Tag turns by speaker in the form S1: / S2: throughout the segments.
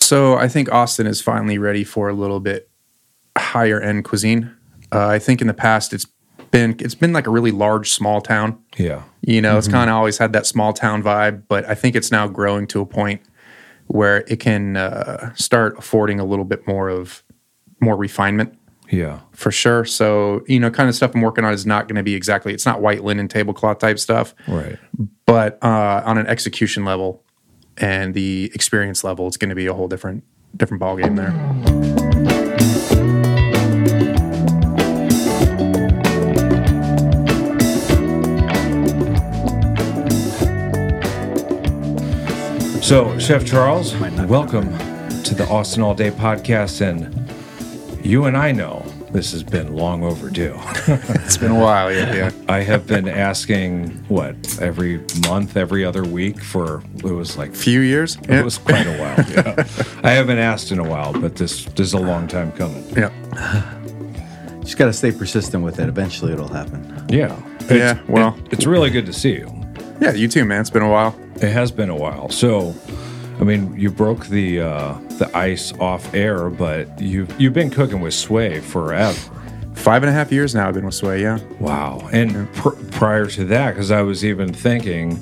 S1: So I think Austin is finally ready for a little bit higher end cuisine. Uh, I think in the past it's been it's been like a really large small town.
S2: Yeah.
S1: You know, it's kind of always had that small town vibe, but I think it's now growing to a point where it can uh, start affording a little bit more of more refinement
S2: Yeah.
S1: for sure. So you know, kind of stuff I'm working on is not going to be exactly it's not white linen tablecloth type stuff,
S2: Right.
S1: but uh, on an execution level and the experience level, it's going to be a whole different different ball game there.
S2: So, Chef Charles, welcome to the Austin All Day podcast. And you and I know this has been long overdue.
S1: It's been a while, yeah, yeah.
S2: I have been asking, what, every month, every other week for it was like
S1: Few years,
S2: It was quite a while. Yeah. I haven't asked in a while, but this, this is a long time coming.
S1: yeah,
S3: Just got to stay persistent with it. Eventually, it'll happen.
S2: Yeah.
S1: Yeah, well-
S2: it- it's really good to see you.
S1: yeah. You too, man. It's been a while.
S2: It has been a while. So, I mean, you broke the uh, the ice off air, but you've you've been cooking with Sway forever.
S1: Five and a half years now. I've been with Sway. Yeah,
S2: Wow. And pr- prior to that, because I was even thinking,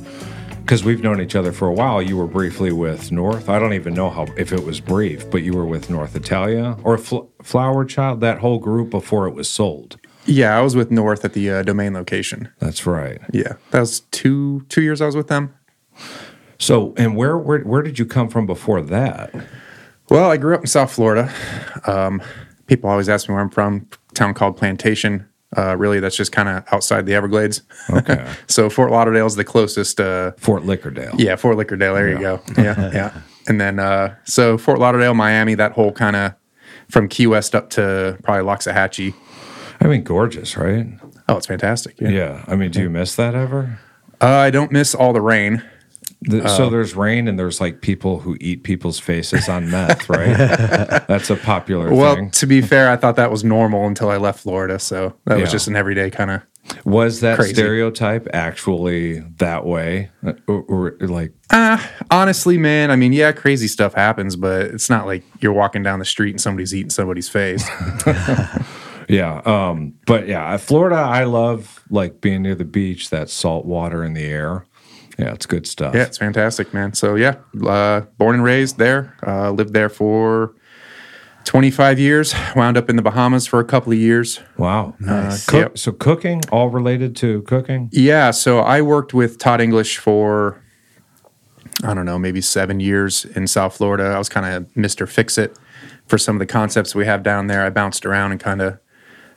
S2: because we've known each other for a while, you were briefly with North. I don't even know how if it was brief, but you were with North Italia or Fl- Flower Child, that whole group before it was sold.
S1: yeah. I was with North at the uh, domain location.
S2: That's right.
S1: Yeah, that was two two years I was with them.
S2: So, and where where where did you come from before that?
S1: Well, I grew up in South Florida. Um, people always ask me where I'm from. Town called Plantation. Uh, really, that's just kind of outside the Everglades.
S2: Okay.
S1: so Fort Lauderdale's the closest. Uh,
S2: Fort Lickerdale.
S1: yeah, Fort Lickerdale. There you go. Yeah, yeah. And then uh, so Fort Lauderdale, Miami, that whole kind of from Key West up to probably Loxahatchee.
S2: I mean, gorgeous, right?
S1: Oh, it's fantastic. Yeah.
S2: Yeah. I mean, do you miss that ever?
S1: Uh, I don't miss all the rain.
S2: The,
S1: Um,
S2: so there's rain and there's like people who eat people's faces on meth, right? That's a popular
S1: Well,
S2: thing.
S1: to be fair, I thought that was normal until I left Florida. So that
S2: Yeah.
S1: was just an everyday kind of.
S2: Was that
S1: crazy.
S2: stereotype actually that way, Uh, or, or like
S1: Honestly, man, I mean, yeah, crazy stuff happens, but it's not like you're walking down the street and somebody's eating somebody's face.
S2: Yeah. Um, but yeah, Florida, I love like being near the beach, that salt water in the air. Yeah, it's good stuff.
S1: yeah, it's fantastic, man. So yeah, uh, born and raised there, uh, lived there for 25 years, wound up in the Bahamas for a couple of years.
S2: Wow.
S3: Nice.
S2: Uh, cook-
S1: Yep.
S2: So cooking, all related to cooking.
S1: Yeah, so I worked with Todd English for I don't know, maybe seven years in South Florida. I was kind of Mr. Fix It for some of the concepts we have down there. I bounced around and kind of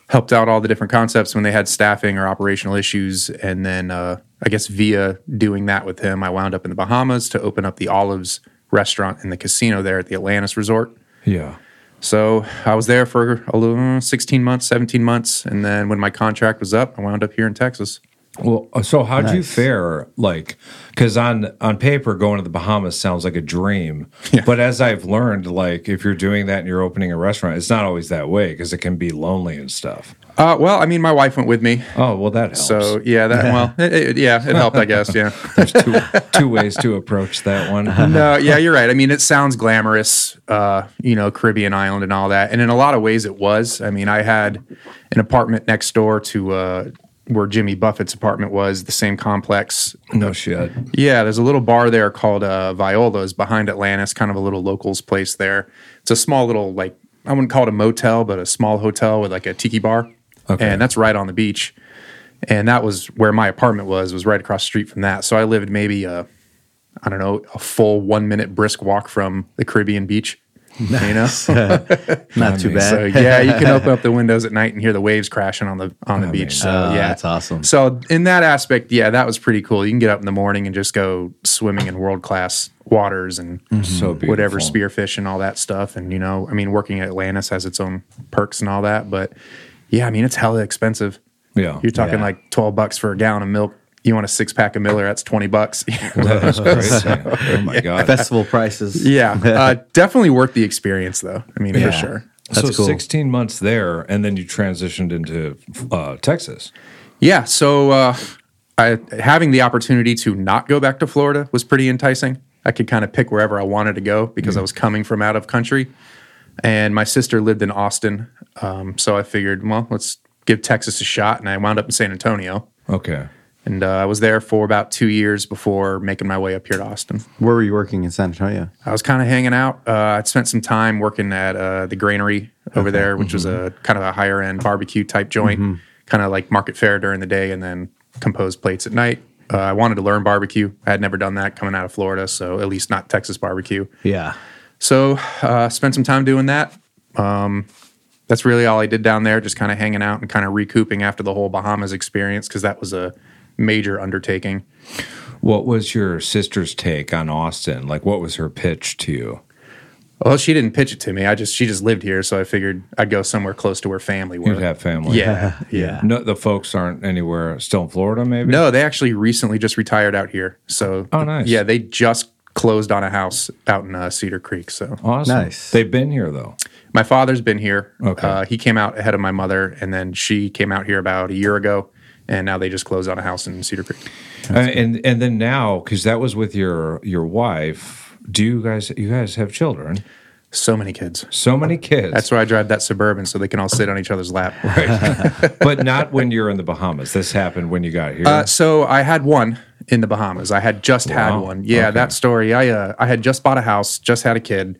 S1: helped out all the different concepts when they had staffing or operational issues. And then uh, I guess via doing that with him, I wound up in the Bahamas to open up the Olives restaurant and the casino there at the Atlantis Resort.
S2: Yeah.
S1: So I was there for a little 16 months, 17 months. And then when my contract was up, I wound up here in Texas.
S2: Well, uh, so how'd you
S3: Nice.
S2: fare? Like, because on on paper, going to the Bahamas sounds like a dream. But as I've learned, like if you're doing that and you're opening a restaurant, it's not always that way because it can be lonely and stuff.
S1: Uh, well, I mean, my wife went with me.
S2: Oh well, that helps.
S1: So yeah, that well, it, it- yeah, it helped, I guess. Yeah,
S2: there's two two ways to approach that one.
S1: no, Uh, yeah, you're right. I mean, it sounds glamorous, uh, you know, Caribbean island and all that, and in a lot of ways, it was. I mean, I had an apartment next door to uh, where Jimmy Buffett's apartment was, the same complex.
S2: No shit.
S1: Yeah, there's a little bar there called uh, Viola's behind Atlantis, kind of a little locals place there. It's a small little like I wouldn't call it a motel, but a small hotel with like a tiki bar,
S2: Okay.
S1: and that's right on the beach. And that was where my apartment was was right across the street from that. So I lived maybe I I don't know a full one minute brisk walk from the Caribbean beach. You know, so
S3: Not too bad.
S1: Uh, yeah, you can open up the windows at night and hear the waves crashing on the on the
S2: I
S1: beach.
S2: mean,
S1: so
S3: Oh,
S1: yeah,
S3: that's awesome.
S1: so in that aspect, yeah, that was pretty cool. You can get up in the morning and just go swimming in world class waters and
S3: Mm-hmm.
S2: So beautiful.
S1: whatever spearfish and all that stuff. And you know, I mean, working at Atlantis has its own perks and all that. But yeah, I mean, it's hella expensive.
S2: Yeah.
S1: You're talking
S3: Yeah.
S1: like twelve bucks for a gallon of milk. You want a six pack of Miller? That's twenty bucks.
S2: That's crazy. oh my god.
S3: Festival prices.
S1: yeah, uh, definitely worth the experience though. I mean, for sure.
S3: That's
S2: so
S3: cool.
S2: 16 months there, and then you transitioned into uh, Texas.
S1: Yeah. So uh, I, having the opportunity to not go back to Florida was pretty enticing. I could kind of pick wherever I wanted to go because I was coming from out of country. And my sister lived in Austin. Um, so I figured, well, let's give Texas a shot. And I wound up in San Antonio.
S2: Okay.
S1: And uh, I was there for about two years before making my way up here to Austin.
S3: Where were you working in San Antonio?
S1: I was kind of hanging out. Uh, I'd spent some time working at uh, the Granary over there, which was a kind of a higher end barbecue type joint, kind of like market fair during the day and then composed plates at night. Uh, I wanted to learn barbecue. I had never done that coming out of Florida, so at least not Texas barbecue.
S3: Yeah.
S1: So uh, spent some time doing that. Um, that's really all I did down there, just kind of hanging out and kind of recouping after the whole Bahamas experience because that was a major undertaking.
S2: What was your sister's take on Austin? Like, what was her pitch to you?
S1: Well, she didn't pitch it to me. I just she just lived here, so I figured I'd go somewhere close to where family were.
S2: You'd have family.
S1: yeah, yeah.
S2: No, the folks aren't anywhere. Still in Florida, maybe.
S1: No, they actually recently just retired out here. So,
S2: Oh, nice.
S1: Yeah, they just closed on a house out in uh, Cedar Creek. So,
S2: Awesome.
S3: Nice.
S2: They've been here though.
S1: my father's been here.
S2: Okay.
S1: uh, he came out ahead of my mother, and then she came out here about a year ago, and now they just closed on a house in Cedar Creek.
S2: Uh, and and then now, because that was with your your wife. Do you guys you guys have children?
S1: So many kids.
S2: So many kids.
S1: That's why I drive that suburban so they can all sit on each other's lap.
S2: right. but not when you're in the Bahamas. This happened when you got here.
S1: Uh, so I had one in the Bahamas. I had just had
S2: Wow.
S1: one. Yeah,
S2: Okay.
S1: that story. I uh, I had just bought a house, just had a kid,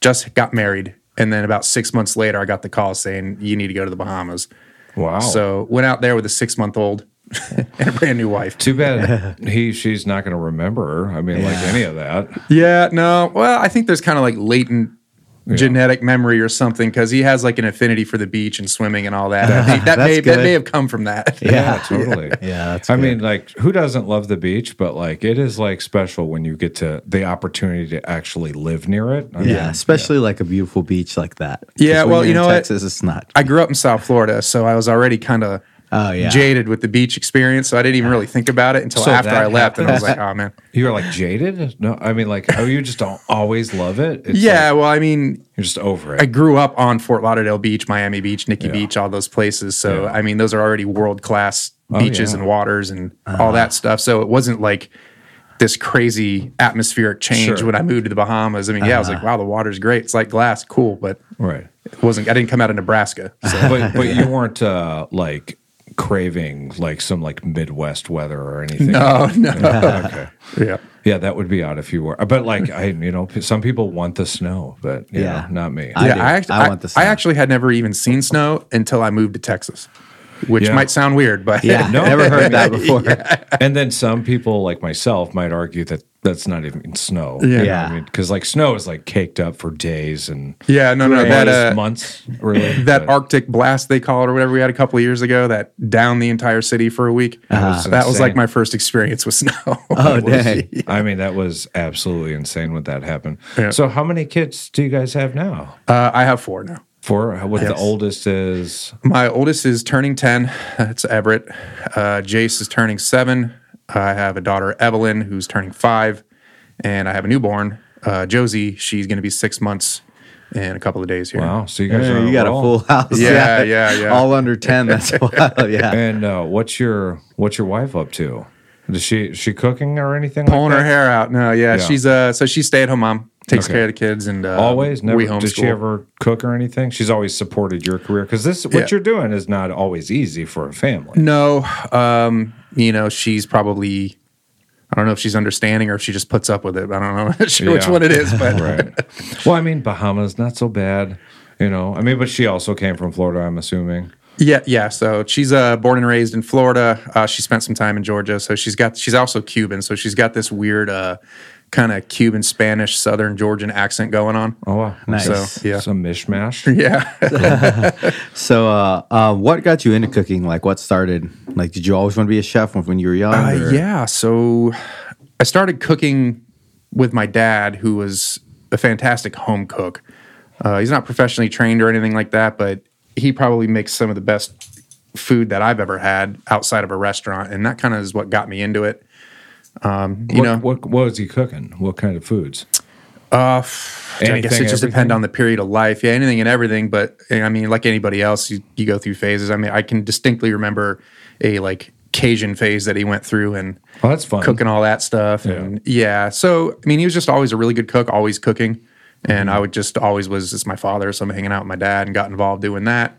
S1: just got married, and then about six months later, I got the call saying you need to go to the Bahamas.
S2: wow.
S1: So went out there with a six month old and a brand new wife.
S2: Too bad he she's not going to remember. her. I mean, like any of that.
S1: Yeah, no. Well, I think there's kind of like latent. Genetic memory or something because he has like an affinity for the beach and swimming and all that. I think that
S3: That's
S1: may that
S3: good.
S1: may have come from that.
S2: Yeah, totally.
S3: Yeah, that's
S2: I
S3: good.
S2: mean, like, who doesn't love the beach? But like, it is like special when you get to the opportunity to actually live near it. I
S3: Yeah,
S2: mean,
S3: especially like a beautiful beach like that. 'Cause
S1: Yeah,
S3: when
S1: well,
S3: you're
S1: you
S3: in
S1: know what?
S3: Texas, it's not.
S1: I grew up in South Florida, so I was already kind of
S3: Oh, yeah.
S1: jaded with the beach experience. So I didn't even really think about it until
S2: So
S1: after
S2: that
S1: I left, and I was like,
S2: happens.
S1: oh man.
S2: you're like jaded. No, I mean, like, oh, you just don't always love it. It's
S1: Yeah,
S2: like,
S1: well, I mean,
S2: you're just over
S1: I
S2: it.
S1: grew up on Fort Lauderdale Beach, Miami Beach, Nikki
S2: Yeah.
S1: Beach, all those places. So
S2: Yeah.
S1: I mean, those are already world class
S2: Oh,
S1: beaches
S2: yeah. Uh-huh.
S1: and waters and all that stuff. So it wasn't like this crazy atmospheric change
S2: Sure. Uh-huh.
S1: when I moved to the Bahamas. I mean, yeah, I was like, wow, the water's great. It's like glass, cool, but
S2: right.
S1: it wasn't. I didn't come out of Nebraska. So.
S2: But but you weren't uh, like craving like some like Midwest weather or anything.
S1: Oh no!
S2: Okay.
S1: yeah.
S2: Yeah, that would be odd if you were. But like, I you know, some people want the snow, but you
S3: Yeah.
S2: know, not me.
S3: I
S1: yeah,
S3: do.
S1: I, act-
S3: I
S1: I,
S3: want the
S1: I
S3: snow.
S1: actually had never even seen snow until I moved to Texas, which
S2: Yeah.
S1: might sound weird, but
S3: Yeah,
S2: No.
S3: never heard that before.
S2: and then some people like myself might argue that that's not even snow.
S1: Yeah.
S3: Yeah.
S2: Because like snow is like caked up for days and
S1: yeah, no, no, that
S2: days,
S1: uh,
S2: months. Really,
S1: that
S2: but
S1: Arctic blast they call it or whatever we had a couple of years ago that downed the entire city for a week.
S3: Uh-huh.
S2: was
S1: that was like
S2: insane.
S1: my first experience with snow.
S3: Oh, dang.
S2: I mean, that was absolutely insane when that happened.
S1: Yeah.
S2: So, how many kids do you guys have now?
S1: uh, I have four now.
S2: Four. What the
S1: Yes.
S2: oldest is?
S1: My oldest is turning ten. That's Everett. Uh, Jace is turning seven. I have a daughter Evelyn who's turning five, and I have a newborn uh, Josie. She's going to be six months in a couple of days here.
S2: Wow. So you guys are
S3: Yeah,
S2: on
S3: you got a
S2: roll.
S3: full house.
S1: Oh, Yeah, yeah, yeah.
S3: All under 10. That's wild. Yeah.
S2: And uh, what's your what's your wife up to? Is she is she cooking or anything?
S1: pulling her
S2: like that?
S1: hair out. No, yeah,
S2: Yeah.
S1: she's uh, so she's stay at home mom, takes
S2: Okay.
S1: care of the kids, and uh,
S2: always never
S1: we
S2: did she
S1: homeschool.
S2: ever cook or anything she's always supported your career because this what
S1: Yeah.
S2: you're doing is not always easy for a family
S1: No, um, you know, she's probably. I don't know if she's understanding or if she just puts up with it. I don't know sure which
S2: Yeah.
S1: one it is, but
S2: right well i mean bahamas not so bad you know i mean but she also came from florida i'm assuming
S1: yeah, yeah. So she's uh, born and raised in Florida. Uh, she spent some time in Georgia, so she's got she's also Cuban, so she's got this weird uh, kind of Cuban Spanish Southern Georgian accent going on.
S2: oh wow
S3: Nice.
S1: So yeah,
S2: some mishmash
S1: yeah.
S3: So, uh, uh, what got you into cooking? Like, what started? Like, did you always want to be a chef when- when you were young?
S1: Uh,
S3: or-
S1: yeah. So I started cooking with my dad, who was a fantastic home cook. Uh, he's not professionally trained or anything like that, but he probably makes some of the best food that I've ever had outside of a restaurant. And that kind of is what got me into it. Um, you
S2: what,
S1: know,
S2: what, what was he cooking what kind of foods
S1: Uh, I guess it just depends on the period of life. Yeah, anything and everything. But eh, I mean, like anybody else, you, you go through phases. I mean, I can distinctly remember a like Cajun phase that he went through and
S2: Well, that's fun.
S1: cooking all that stuff. And yeah, so I mean, he was just always a really good cook, always cooking.
S2: Mm-hmm.
S1: And I would just always was just my father, so I'm hanging out with my dad and got involved doing that.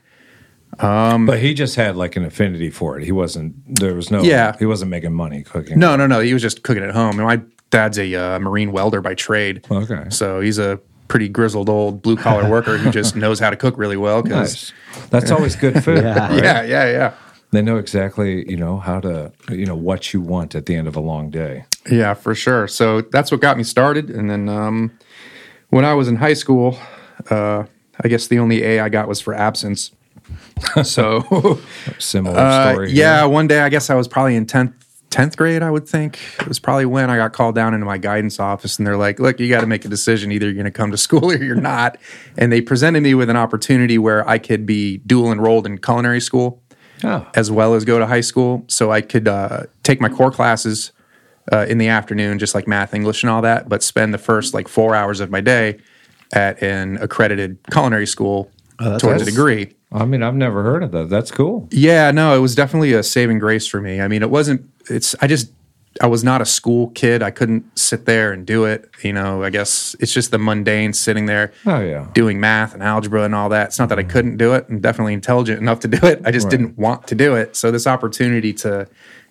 S2: But he just had like an affinity for it. He wasn't. There was no.
S1: Yeah.
S2: He wasn't making money cooking.
S1: No, no, no, he was just cooking at home. And my dad's a uh, marine welder by trade.
S2: Okay.
S1: So he's a pretty grizzled old blue collar worker who just knows how to cook really well. Because
S2: Nice. That's always good food.
S3: Yeah.
S2: right?
S1: yeah, yeah, yeah.
S2: They know exactly, you know, how to, you know, what you want at the end of a long day.
S1: Yeah, for sure. So that's what got me started. And then um, when I was in high school, uh, I guess the only A I got was for absence. So
S2: Similar
S1: uh,
S2: story. here.
S1: yeah, one day I guess I was probably in tenth tenth grade. I would think it was probably when I got called down into my guidance office, and they're like, "Look, you got to make a decision. Either you're going to come to school or you're not." And they presented me with an opportunity where I could be dual enrolled in culinary school
S2: Oh,
S1: as well as go to high school. So I could uh, take my core classes uh, in the afternoon, just like math, English, and all that, but spend the first like four hours of my day at an accredited culinary school towards a
S2: Oh, nice.
S1: degree.
S2: I mean, I've never heard of that. That's cool.
S1: Yeah, no, it was definitely a saving grace for me. I mean, it wasn't, it's, I just, I was not a school kid. I couldn't sit there and do it. You know, I guess it's just the mundane sitting there
S2: Oh, yeah.
S1: doing math and algebra and all that. It's not that I couldn't do it. I'm definitely intelligent enough to do it. I just didn't want to do it. So this opportunity to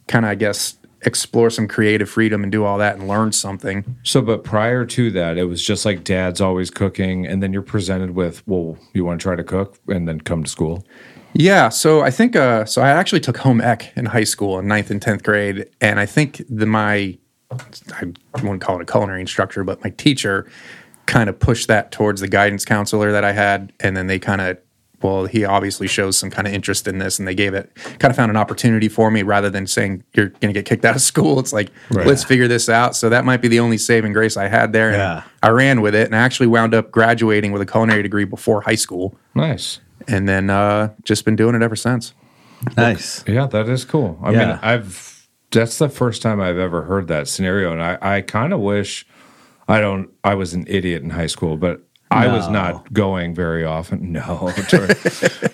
S1: kind of, I guess, explore some creative freedom and do all that and learn something.
S2: So, but prior to that, it was just like dad's always cooking. And then you're presented with, well, you want to try to cook and then come to school.
S1: Yeah. So I think uh, so. I actually took home ec in high school in ninth and tenth grade, and I think the my I wouldn't call it a culinary instructor, but my teacher kind of pushed that towards the guidance counselor that I had, and then they kind of well, he obviously shows some kind of interest in this, and they gave it kind of found an opportunity for me rather than saying you're going to get kicked out of school. It's like let's figure this out. So that might be the only saving grace I had there. and
S3: Yeah.
S1: I ran with it, and I actually wound up graduating with a culinary degree before high school
S2: Nice.
S1: and then uh, just been doing it ever since.
S3: Nice.
S2: Yeah, that is cool. I mean,
S3: Yeah.
S2: I've that's the first time I've ever heard that scenario, and I I kind of wish I don't I was an idiot in high school, but I was
S3: No.
S2: not going very often. No,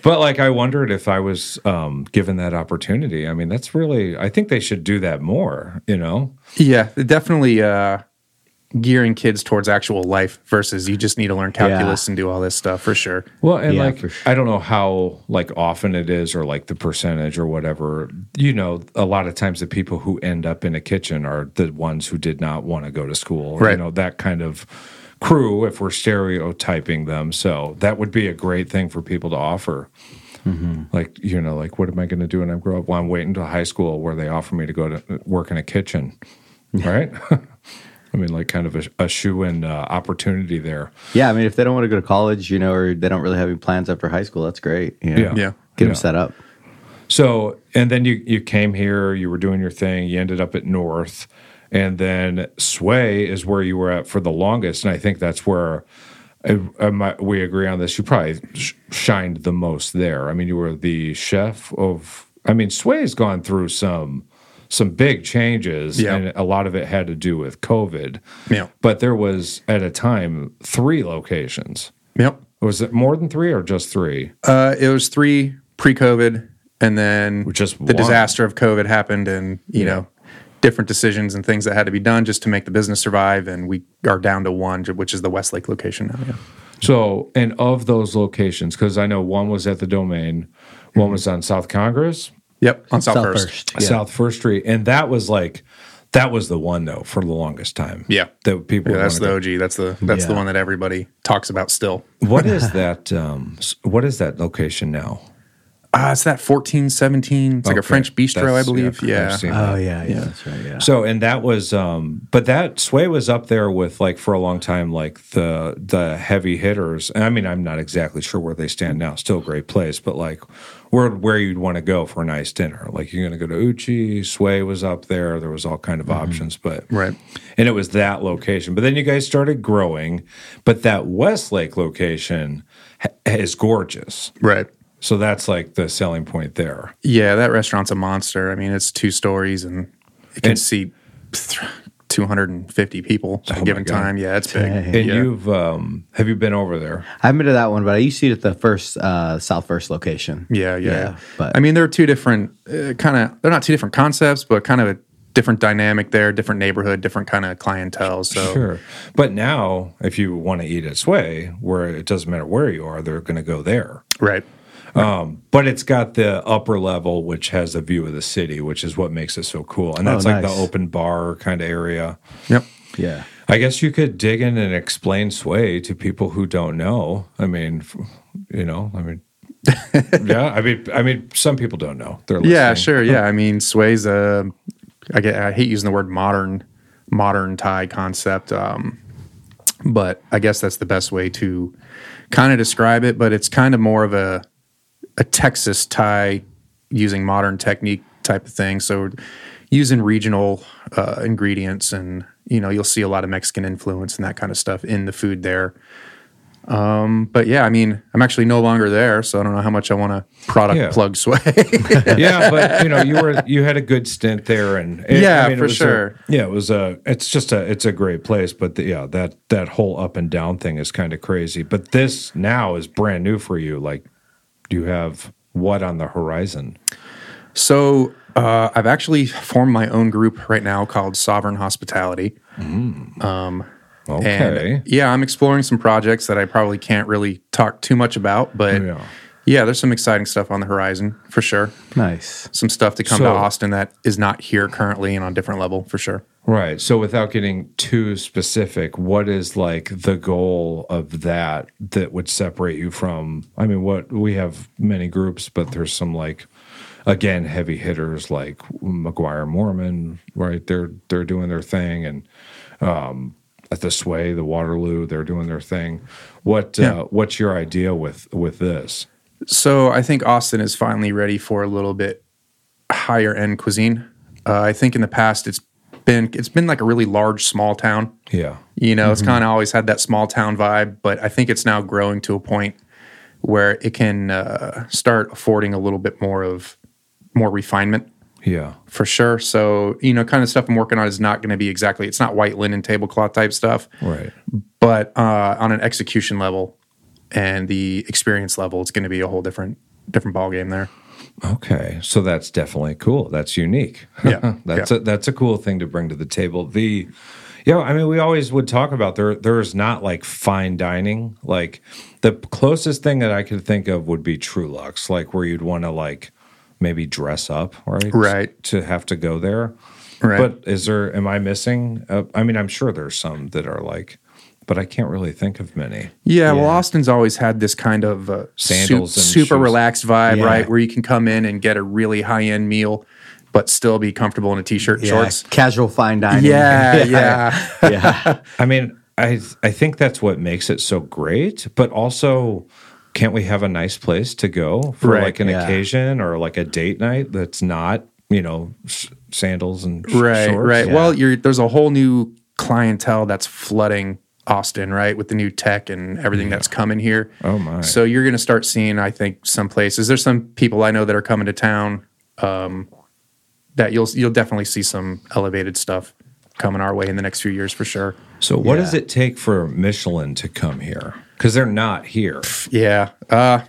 S2: but like I wondered if I was um, given that opportunity. I mean, that's really I think they should do that more. You know,
S1: Yeah, definitely uh, gearing kids towards actual life versus you just need to learn calculus and do all this stuff for sure.
S2: Well, and
S3: Yeah,
S2: like
S3: for
S2: I don't know how like often it is or like the percentage or whatever. You know, a lot of times the people who end up in a kitchen are the ones who did not want to go to school. You
S1: Right.
S2: know, that kind of crew if we're stereotyping them. So that would be a great thing for people to offer. Like, you know, like what am I going to do when I grow up? Well, I'm waiting until high school where they offer me to go to work in a kitchen. Right? I mean, like kind of a, a shoe in uh, opportunity there.
S3: Yeah, I mean, if they don't want to go to college, you know, or they don't really have any plans after high school, that's great. you know.
S2: Yeah.
S1: Yeah.
S3: Get
S2: Yeah.
S3: them set up.
S2: So, and then you you came here, you were doing your thing, you ended up at North, and then Sway is where you were at for the longest, and I think that's where I, I might, we agree on this. You probably sh- shined the most there. I mean, you were the chef of. I mean, Sway's gone through some some big changes,
S1: Yeah.
S2: and a lot of it had to do with COVID.
S1: Yeah.
S2: But there was at a time three locations.
S1: Yep.
S2: Was it more than three or just three?
S1: Uh, it was three pre-COVID, and then
S2: Just
S1: the
S2: one.
S1: disaster of COVID happened, and you know. Different decisions and things that had to be done just to make the business survive, and we are down to one, which is the Westlake location now. Yeah.
S2: So, and of those locations, because I know one was at the Domain, one was on South Congress,
S1: Yep, on South,
S3: South
S1: First.
S3: First, yeah.
S2: South First Street, and that was like that was the one though for the longest time.
S1: Yeah.
S2: that people.
S1: Yeah, that's
S2: wanted
S1: the
S2: to-
S1: OG. That's the that's the
S3: Yeah.
S1: one that everybody talks about still.
S2: What is that? Um, s- what is that location now?
S1: Uh, it's that fourteen seventeen. It's like a
S2: Okay.
S1: French bistro, I
S2: That's-
S1: believe.
S2: I've
S1: Yeah.
S2: seen that.
S3: Oh yeah, yeah, that's right. Yeah.
S2: So and that was um but that Sway was up there with like for a long time like the the heavy hitters. And I mean I'm not exactly sure where they stand now. Still a great place, but like where where you'd want to go for a nice dinner. Like you're gonna go to Uchi, Sway was up there, there was all kind of options, but
S1: Mm-hmm. Right.
S2: and it was that location. But then you guys started growing, but that Westlake location ha- is gorgeous.
S1: Right.
S2: So that's like the selling point there.
S1: Yeah, that restaurant's a monster. I mean, it's two stories and it can seat th- 250 people at
S2: Oh my
S1: a given
S2: God.
S1: time. Yeah, it's big.
S3: Dang.
S2: And
S1: yeah.
S2: you've um, have you been over there?
S3: I've been to that one, but I used to eat at the first uh, South First location.
S1: Yeah, yeah.
S3: But
S1: I mean, they're two different uh, kind of. They're not two different concepts, but kind of a different dynamic there, different neighborhood, different kind of clientele. So
S2: Sure. But now, if you want to eat at Sway, where it doesn't matter where you are, they're going to go there.
S1: right,
S2: But it's got the upper level, which has a view of the city, which is what makes it so cool.
S1: Oh,
S2: And that's like
S3: nice.
S2: the open bar kind of area.
S1: yep.
S3: yeah,
S2: I guess you could dig in and explain Sway to people who don't know. I mean, f- you know, I mean, yeah, I mean, I mean, some people don't know. They're listening.
S1: Yeah, sure. Yeah, I mean, Sway's a. I get. I hate using the word modern, modern Thai concept, um, but I guess that's the best way to kind of describe it. But it's kind of more of a a Texas Thai using modern technique type of thing. So using regional uh, ingredients, and you know, you'll see a lot of Mexican influence and that kind of stuff in the food there. Um, but yeah, I mean, I'm actually no longer there, so I don't know how much I want to product
S2: Yeah.
S1: plug Sway.
S2: yeah, but you know, you were you had a good stint there, and
S1: Yeah,
S2: it
S1: for
S2: was a-
S1: sure.
S2: yeah, it was a. It's just a. It's a great place, but the, yeah, that that whole up and down thing is kind of crazy. But this now is brand new for you. Like, do you have what on the horizon?
S1: So uh, I've actually formed my own group right now called Sovereign Hospitality. And,
S2: Okay,
S1: yeah, I'm exploring some projects that I probably can't really talk too much about, but
S2: Yeah.
S1: yeah, there's some exciting stuff on the horizon for sure.
S3: nice.
S1: Some stuff to come to
S2: So-
S1: Austin that is not here currently and on a different level for sure.
S2: right. So without getting too specific, what is like the goal of that that would separate you from? I mean, what we have many groups, but there's some like again heavy hitters like McGuire Mormon, right? They're they're doing their thing, and um, at the Sway, the Waterloo, they're doing their thing. What
S1: Yeah.
S2: uh, what's your idea with with this?
S1: So I think Austin is finally ready for a little bit higher end cuisine. Uh, I think in the past it's been it's been like a really large small town.
S2: Yeah,
S1: You know, it's kind of always had that small town vibe, but I think it's now growing to a point where it can uh, start affording a little bit more of more refinement
S2: yeah,
S1: for sure. So, you know, kind of stuff I'm working on is not going to be exactly, it's not white linen tablecloth type stuff,
S2: right.
S1: but uh, on an execution level and the experience level, it's going to be a whole different, different ball game there.
S2: Okay, so that's definitely cool. That's unique.
S1: Yeah.
S2: that's
S1: Yeah.
S2: a that's a cool thing to bring to the table. The yeah, I mean, we always would talk about there. There is not like fine dining. Like the closest thing that I could think of would be True Lux, like where you'd want to like maybe dress up, right?
S1: Right.
S2: To have to go there.
S1: Right.
S2: But is there? Am I missing? Uh, I mean, I'm sure there's some that are like, but I can't really think of many.
S1: Yeah, well, Austin's always had this kind of uh,
S2: Sandals
S1: su-
S2: and
S1: super
S2: shoes.
S1: relaxed vibe,
S3: Yeah.
S1: right? Where you can come in and get a really high end meal, but still be comfortable in a t shirt and
S3: Yeah,
S1: shorts.
S3: casual fine dining.
S1: Yeah, yeah,
S3: yeah.
S2: I mean, I I think that's what makes it so great, but also can't we have a nice place to go for
S1: Right,
S2: like an
S3: yeah.
S2: occasion or like a date night that's not, you know, s- sandals and sh-
S1: right,
S2: shorts?
S1: right.
S2: Yeah.
S1: Well, you're there's a whole new clientele that's flooding Austin, right, with the new tech and everything that's coming here.
S2: Oh, my.
S1: So you're going to start seeing, I think, some places. There's some people I know that are coming to town um, that you'll you'll definitely see some elevated stuff coming our way in the next few years for sure.
S2: so what
S3: Yeah.
S2: does it take for Michelin to come here? Because they're not here.
S1: Yeah. Uh,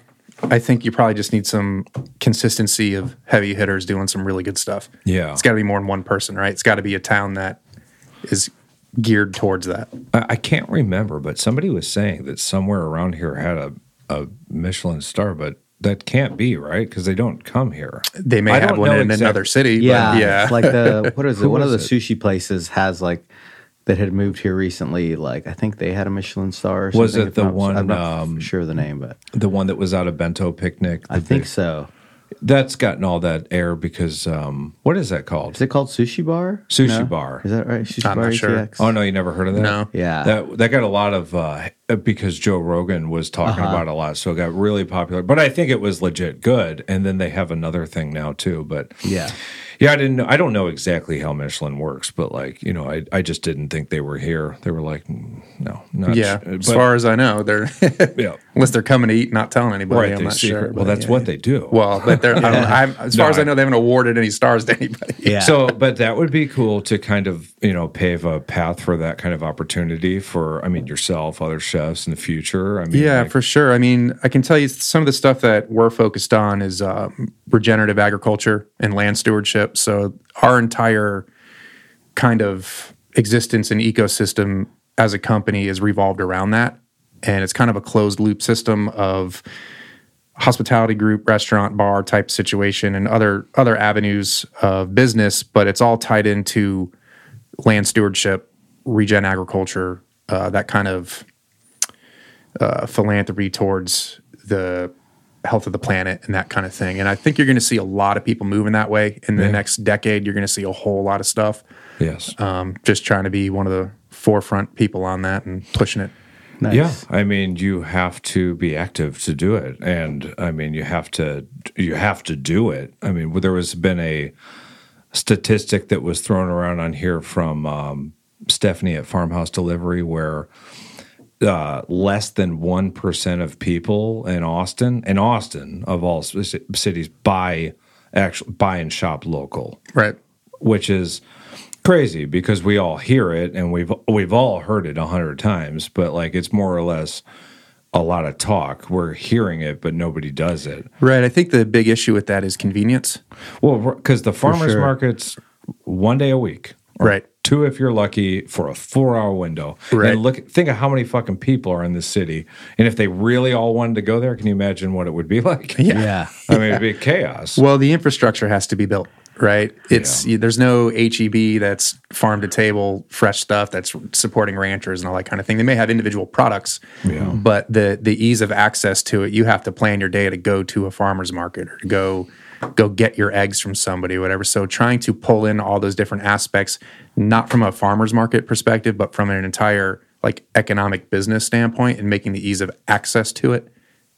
S1: I think you probably just need some consistency of heavy hitters doing some really good stuff.
S2: Yeah.
S1: It's got to be more than one person, right? It's got to be a town that is geared towards that.
S2: I, I can't remember, but somebody was saying that somewhere around here had a, a Michelin star, but that can't be right because they don't come here.
S1: They may
S2: I
S1: have
S2: don't
S1: one
S2: know
S1: in
S2: exact-
S1: another city.
S3: Yeah,
S1: But yeah.
S3: it's like the what is it?
S2: Who
S3: One of the
S2: is
S3: sushi places has like that had moved here recently. Like I think they had a Michelin star. Or
S2: Was
S3: something,
S2: it
S3: if
S2: the
S3: not-
S2: one,
S3: I'm not
S2: um,
S3: sure of the name, but
S2: The one that was out of Bento Picnic.
S3: I
S2: the
S3: think
S2: big-
S3: so.
S2: That's gotten all that air because um, what is that called?
S3: Is it called Sushi Bar?
S2: Sushi
S3: No?
S2: Bar.
S3: Is that right? Sushi
S1: I'm
S3: Bar E
S1: not sure.
S3: ATX?
S2: oh no, you never heard of that?
S1: No.
S3: Yeah.
S2: that that got a lot of uh, because Joe Rogan was talking
S3: Uh-huh.
S2: about it a lot, so it got really popular. But I think it was legit good. And then they have another thing now too. But
S3: Yeah.
S2: Yeah, I didn't. know- I don't know exactly how Michelin works, but like you know, I, I just didn't think they were here. They were like, mm, no, not
S1: yeah,
S2: sure.
S1: as
S2: But-
S1: far as I know, they're
S2: yeah,
S1: unless they're coming to eat, not telling anybody.
S2: right.
S1: I'm
S2: They
S1: not
S2: secret.
S1: sure. but
S2: well, that's
S1: yeah.
S2: what they do.
S1: Well, but they're. I don't know. I'm, as
S2: No,
S1: far as I
S2: I-
S1: know, they haven't awarded any stars to anybody.
S3: Yeah.
S2: So, but that would be cool to kind of, you know, pave a path for that kind of opportunity for, I mean, yourself, other chefs in the future. I mean,
S1: Yeah,
S2: like-
S1: for sure. I mean, I can tell you some of the stuff that we're focused on is uh, regenerative agriculture and land stewardship. So our entire kind of existence and ecosystem as a company is revolved around that, and it's kind of a closed loop system of hospitality group, restaurant, bar type situation, and other other avenues of business. But it's all tied into land stewardship, regen agriculture, uh, that kind of uh, philanthropy towards the health of the planet and that kind of thing. And I think you're going to see a lot of people moving that way in the
S2: Yeah.
S1: next decade. You're going to see a whole lot of stuff.
S2: yes.
S1: Um, just trying to be one of the forefront people on that and pushing it.
S3: nice.
S2: Yeah, I mean, you have to be active to do it, and I mean, you have to you have to do it. I mean, there was been a statistic that was thrown around on here from um, Stephanie at Farmhouse Delivery, where uh, less than one percent of people in Austin, in Austin of all c- cities, buy actually buy and shop local
S1: Right.
S2: which is crazy because we all hear it and we've we've all heard it a hundred times, but like it's more or less a lot of talk. We're hearing it, but nobody does it.
S1: Right. I think the big issue with that is convenience.
S2: Well, because the farmers
S3: sure.
S2: markets one day a week,
S1: Right.
S2: two if you're lucky for a four hour window.
S1: Right.
S2: And look, think of how many fucking people are in this city, and if they really all wanted to go there, can you imagine what it would be like?
S1: Yeah.
S3: Yeah.
S2: I mean, it'd be chaos.
S1: Well, the infrastructure has to be built, right? It's there's no HEB that's farm to table, fresh stuff that's supporting ranchers and all that kind of thing. They may have individual products,
S2: Yeah.
S1: but the the ease of access to it, you have to plan your day to go to a farmer's market or to go go get your eggs from somebody or whatever. So trying to pull in all those different aspects, not from a farmer's market perspective, but from an entire like economic business standpoint and making the ease of access to it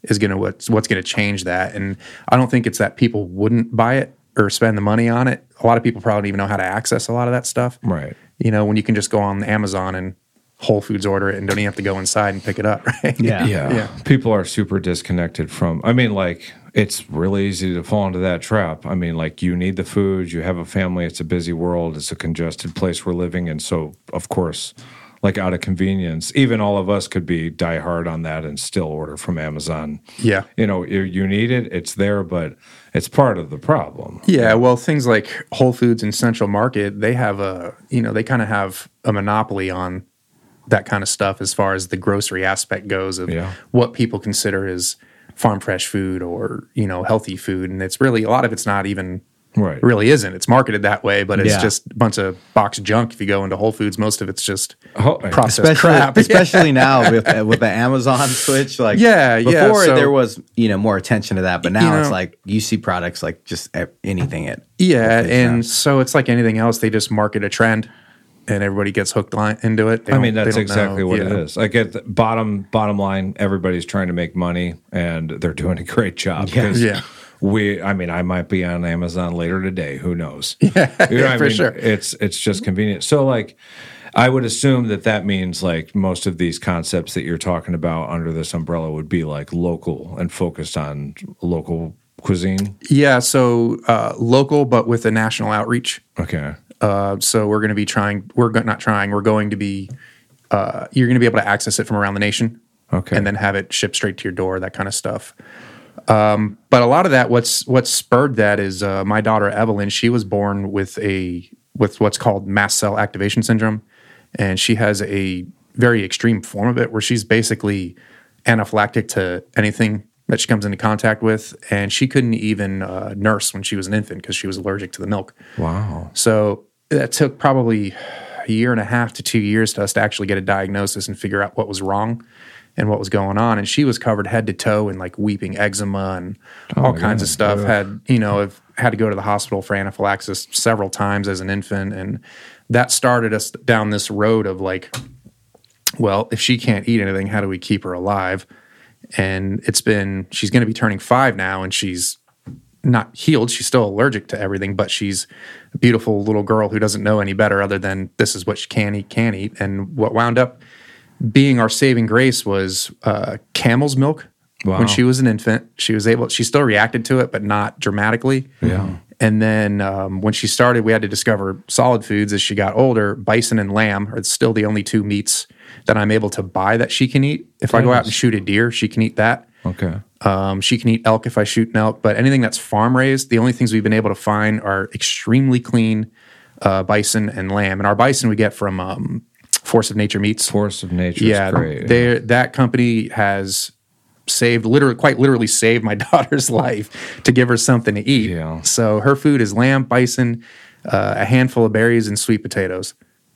S1: is going to what's what's going to change that and i don't think it's that people wouldn't buy it or spend the money on it a lot of people probably don't even know how to access a lot of that stuff
S2: Right.
S1: you know when you can just go on amazon and whole foods order it and don't even have to go inside and pick it up right
S3: Yeah.
S2: yeah. People are super disconnected from, I mean, like, it's really easy to fall into that trap. I mean, like, you need the food, you have a family, it's a busy world, it's a congested place we're living in. So, of course, like, out of convenience, even all of us could be die hard on that and still order from Amazon.
S1: yeah
S2: You know, you, you need it, it's there, but it's part of the problem.
S1: Yeah, well, things like Whole Foods and Central Market, they have a, you know, they kind of have a monopoly on that kind of stuff as far as the grocery aspect goes of
S2: Yeah.
S1: what people consider as farm fresh food or, you know, healthy food. And it's really, a lot of it's not even,
S2: Right.
S1: really isn't. It's marketed that way, but it's
S3: Yeah.
S1: just a bunch of box junk. If you go into Whole Foods, most of it's just
S2: Oh,
S1: processed
S3: especially
S1: crap.
S3: especially now with uh, with the Amazon switch. Like
S1: Yeah,
S3: before
S1: yeah, so-
S3: there was you know more attention to that, but now
S1: You
S3: it's
S1: know-
S3: like you see products like just e- anything at
S1: yeah.
S3: Okay,
S1: And so it's like anything else, they just market a trend and everybody gets hooked li- into it. They
S2: I
S1: don't-
S2: mean,
S1: they
S2: that's
S1: don't
S2: exactly
S1: know.
S2: what it
S1: Yeah.
S2: is. I get the bottom bottom line. Everybody's trying to make money, and they're doing a great job.
S3: Yeah.
S2: 'cause
S1: Yeah.
S2: We, I mean, I might be on Amazon later today. Who knows? Yeah,
S1: for sure.
S2: It's it's just convenient. So, like, I would assume that that means like most of these concepts that you're talking about under this umbrella would be like local and focused on local cuisine.
S1: Yeah, so uh, local, but with a national outreach.
S2: Okay.
S1: Uh, so we're going to be trying. We're go- not trying. We're going to be. Uh, you're going to be able to access it from around the nation,
S2: Okay.
S1: and then have it shipped straight to your door. That kind of stuff. Um, but a lot of that, what's what spurred that is uh, my daughter Evelyn. She was born with a with what's called mast cell activation syndrome, and she has a very extreme form of it where she's basically anaphylactic to anything that she comes into contact with, and she couldn't even uh, nurse when she was an infant because she was allergic to the milk.
S2: Wow.
S1: So that took probably a year and a half to two years to us to actually get a diagnosis and figure out what was wrong and what was going on. And she was covered head to toe in like weeping eczema and all kinds of stuff. Had you know, have had to go to the hospital for anaphylaxis several times as an infant, and that started us down this road of like, well, if she can't eat anything, how do we keep her alive? And it's been she's going to be turning five now, and she's not healed. She's still allergic to everything, but she's a beautiful little girl who doesn't know any better other than this is what she can eat, can eat. And what wound up being our saving grace was uh, camel's milk.
S2: Wow.
S1: When she was an infant, she was able. She still reacted to it, but not dramatically.
S2: Yeah.
S1: And then um, when she started, we had to discover solid foods as she got older. Bison and lamb are still the only two meats that I'm able to buy that she can eat. If I go out and shoot a deer, she can eat that.
S2: Okay.
S1: Um, she can eat elk if I shoot an elk, but anything that's farm raised, the only things we've been able to find are extremely clean uh, bison and lamb. And our bison we get from um, Force of Nature Meats.
S2: Force of nature
S1: yeah,
S2: is great.
S1: they that company has saved literally quite literally saved my daughter's life to give her something to eat.
S2: Yeah.
S1: So her food is lamb, bison, uh, a handful of berries, and sweet potatoes.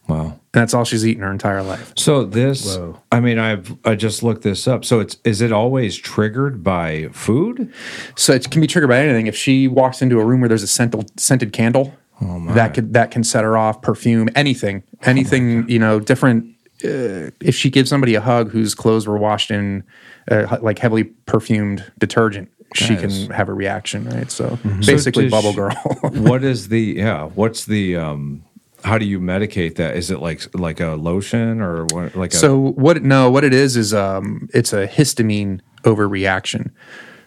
S2: wow.
S1: And that's all she's eaten her entire life.
S2: So this, I mean, I've I just looked this up. So it's is it always triggered by food?
S1: So it can be triggered by anything. If she walks into a room where there's a scented, scented candle,
S2: Oh,
S1: that could that can set her off. Perfume, anything, anything, you know, different. Uh, if she gives somebody a hug whose clothes were washed in uh, like heavily perfumed detergent, she
S2: Nice. Mm-hmm.
S1: can have a reaction, right? So
S2: So
S1: basically,
S2: does
S1: bubble
S2: she-
S1: girl.
S2: what is the yeah? What's the um? How do you medicate that? Is it like like a lotion or what, like a
S1: so what? it- No, what it is is um, it's a histamine overreaction.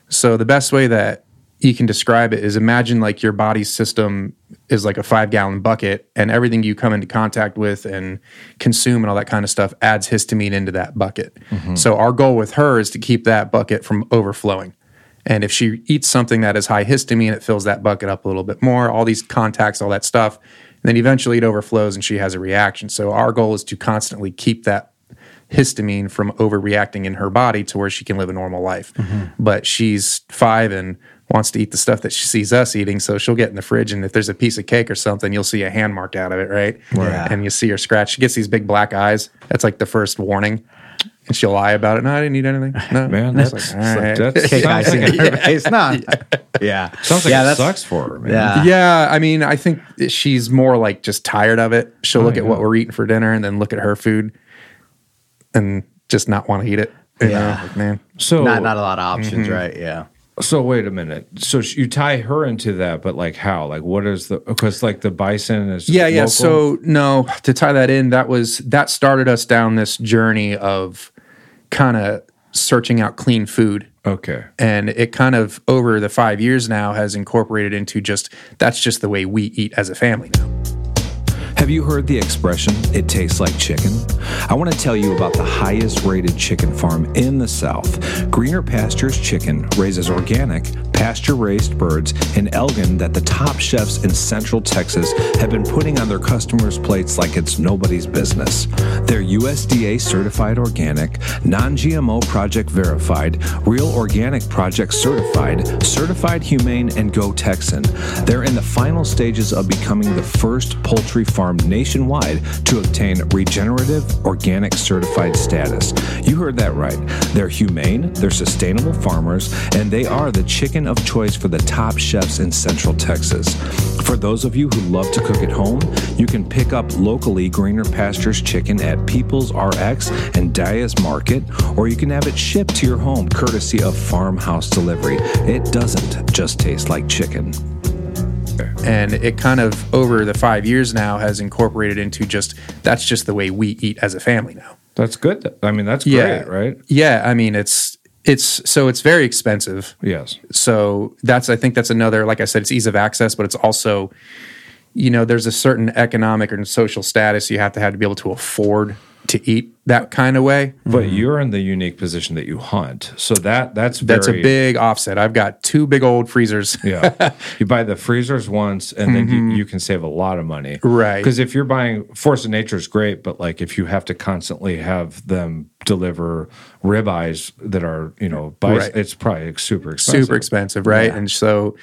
S1: So the best way that you can describe it is imagine like your body's system is like a five gallon bucket, and everything you come into contact with and consume and all that kind of stuff adds histamine into that bucket. So our goal with her is to keep that bucket from overflowing. And if she eats something that is high histamine, it fills that bucket up a little bit more, all these contacts, all that stuff. And then eventually it overflows and she has a reaction. So our goal is to constantly keep that histamine from overreacting in her body to where she can live a normal life.
S2: Mm-hmm.
S1: But she's five and wants to eat the stuff that she sees us eating. So she'll get in the fridge and if there's a piece of cake or something, you'll see a hand marked out of it, right?
S3: Right.
S1: And you see her scratch. She gets these big black eyes. That's like the first warning. And she'll lie about it. No, I didn't eat anything. No.
S2: man?
S1: It's
S2: That's,
S1: like,
S2: that's-
S1: all right.
S2: that
S3: Cake
S2: sounds
S3: icing.
S2: like,
S3: It's not. Yeah.
S2: sounds like
S3: yeah,
S2: it
S3: that's-
S2: sucks for her. Man.
S3: Yeah.
S1: yeah, I mean, I think that she's more like just tired of it. She'll
S2: Oh,
S1: look at what we're eating for dinner and then look at her food and just not want to eat it. You
S3: Yeah.
S1: know, like, man.
S2: So
S3: Not not a lot of options,
S1: Mm-hmm.
S3: right? Yeah.
S2: So wait a minute. So sh- you tie her into that, but like how? Like what is the? Because like the bison is
S1: Yeah, yeah.
S2: local.
S1: So no, to tie that in, that was that started us down this journey of kind of searching out clean food.
S2: okay.
S1: And it kind of over the five years now has incorporated into just that's just the way we eat as a family now.
S4: Have you heard the expression, it tastes like chicken? I want to tell you about the highest rated chicken farm in the South. Greener Pastures Chicken raises organic, pasture raised birds in Elgin that the top chefs in Central Texas have been putting on their customers' plates like it's nobody's business. They're USDA certified organic, non GMO project verified, real organic project certified, certified humane, and Go Texan. They're in the final stages of becoming the first poultry farm nationwide to obtain regenerative organic certified status. You heard that right. They're humane, they're sustainable farmers, and they are the chicken of choice for the top chefs in Central Texas. For those of you who love to cook at home, you can pick up locally Greener Pastures chicken at People's RX and Dyas Market, or you can have it shipped to your home courtesy of Farmhouse Delivery. It doesn't just taste like chicken.
S1: and it kind of over the five years now has incorporated into just that's just the way we eat as a family now
S2: That's good. I mean, that's great, right?
S1: yeah i mean it's it's so it's very expensive
S2: Yes.
S1: so that's i think that's another like i said it's ease of access but it's also you know there's a certain economic and social status you have to have to be able to afford to eat that kind of way
S2: But you're in the unique position that you hunt, so that that's very,
S1: that's a big offset i've got two big old freezers
S2: yeah. You buy the freezers once, and then you, you can save a lot of money,
S1: Mm-hmm. Right.
S2: Because if you're buying Force of Nature is great, but like if you have to constantly have them deliver ribeyes that are you know, bison,
S1: Right.
S2: it's probably super expensive.
S1: super expensive, right? And so,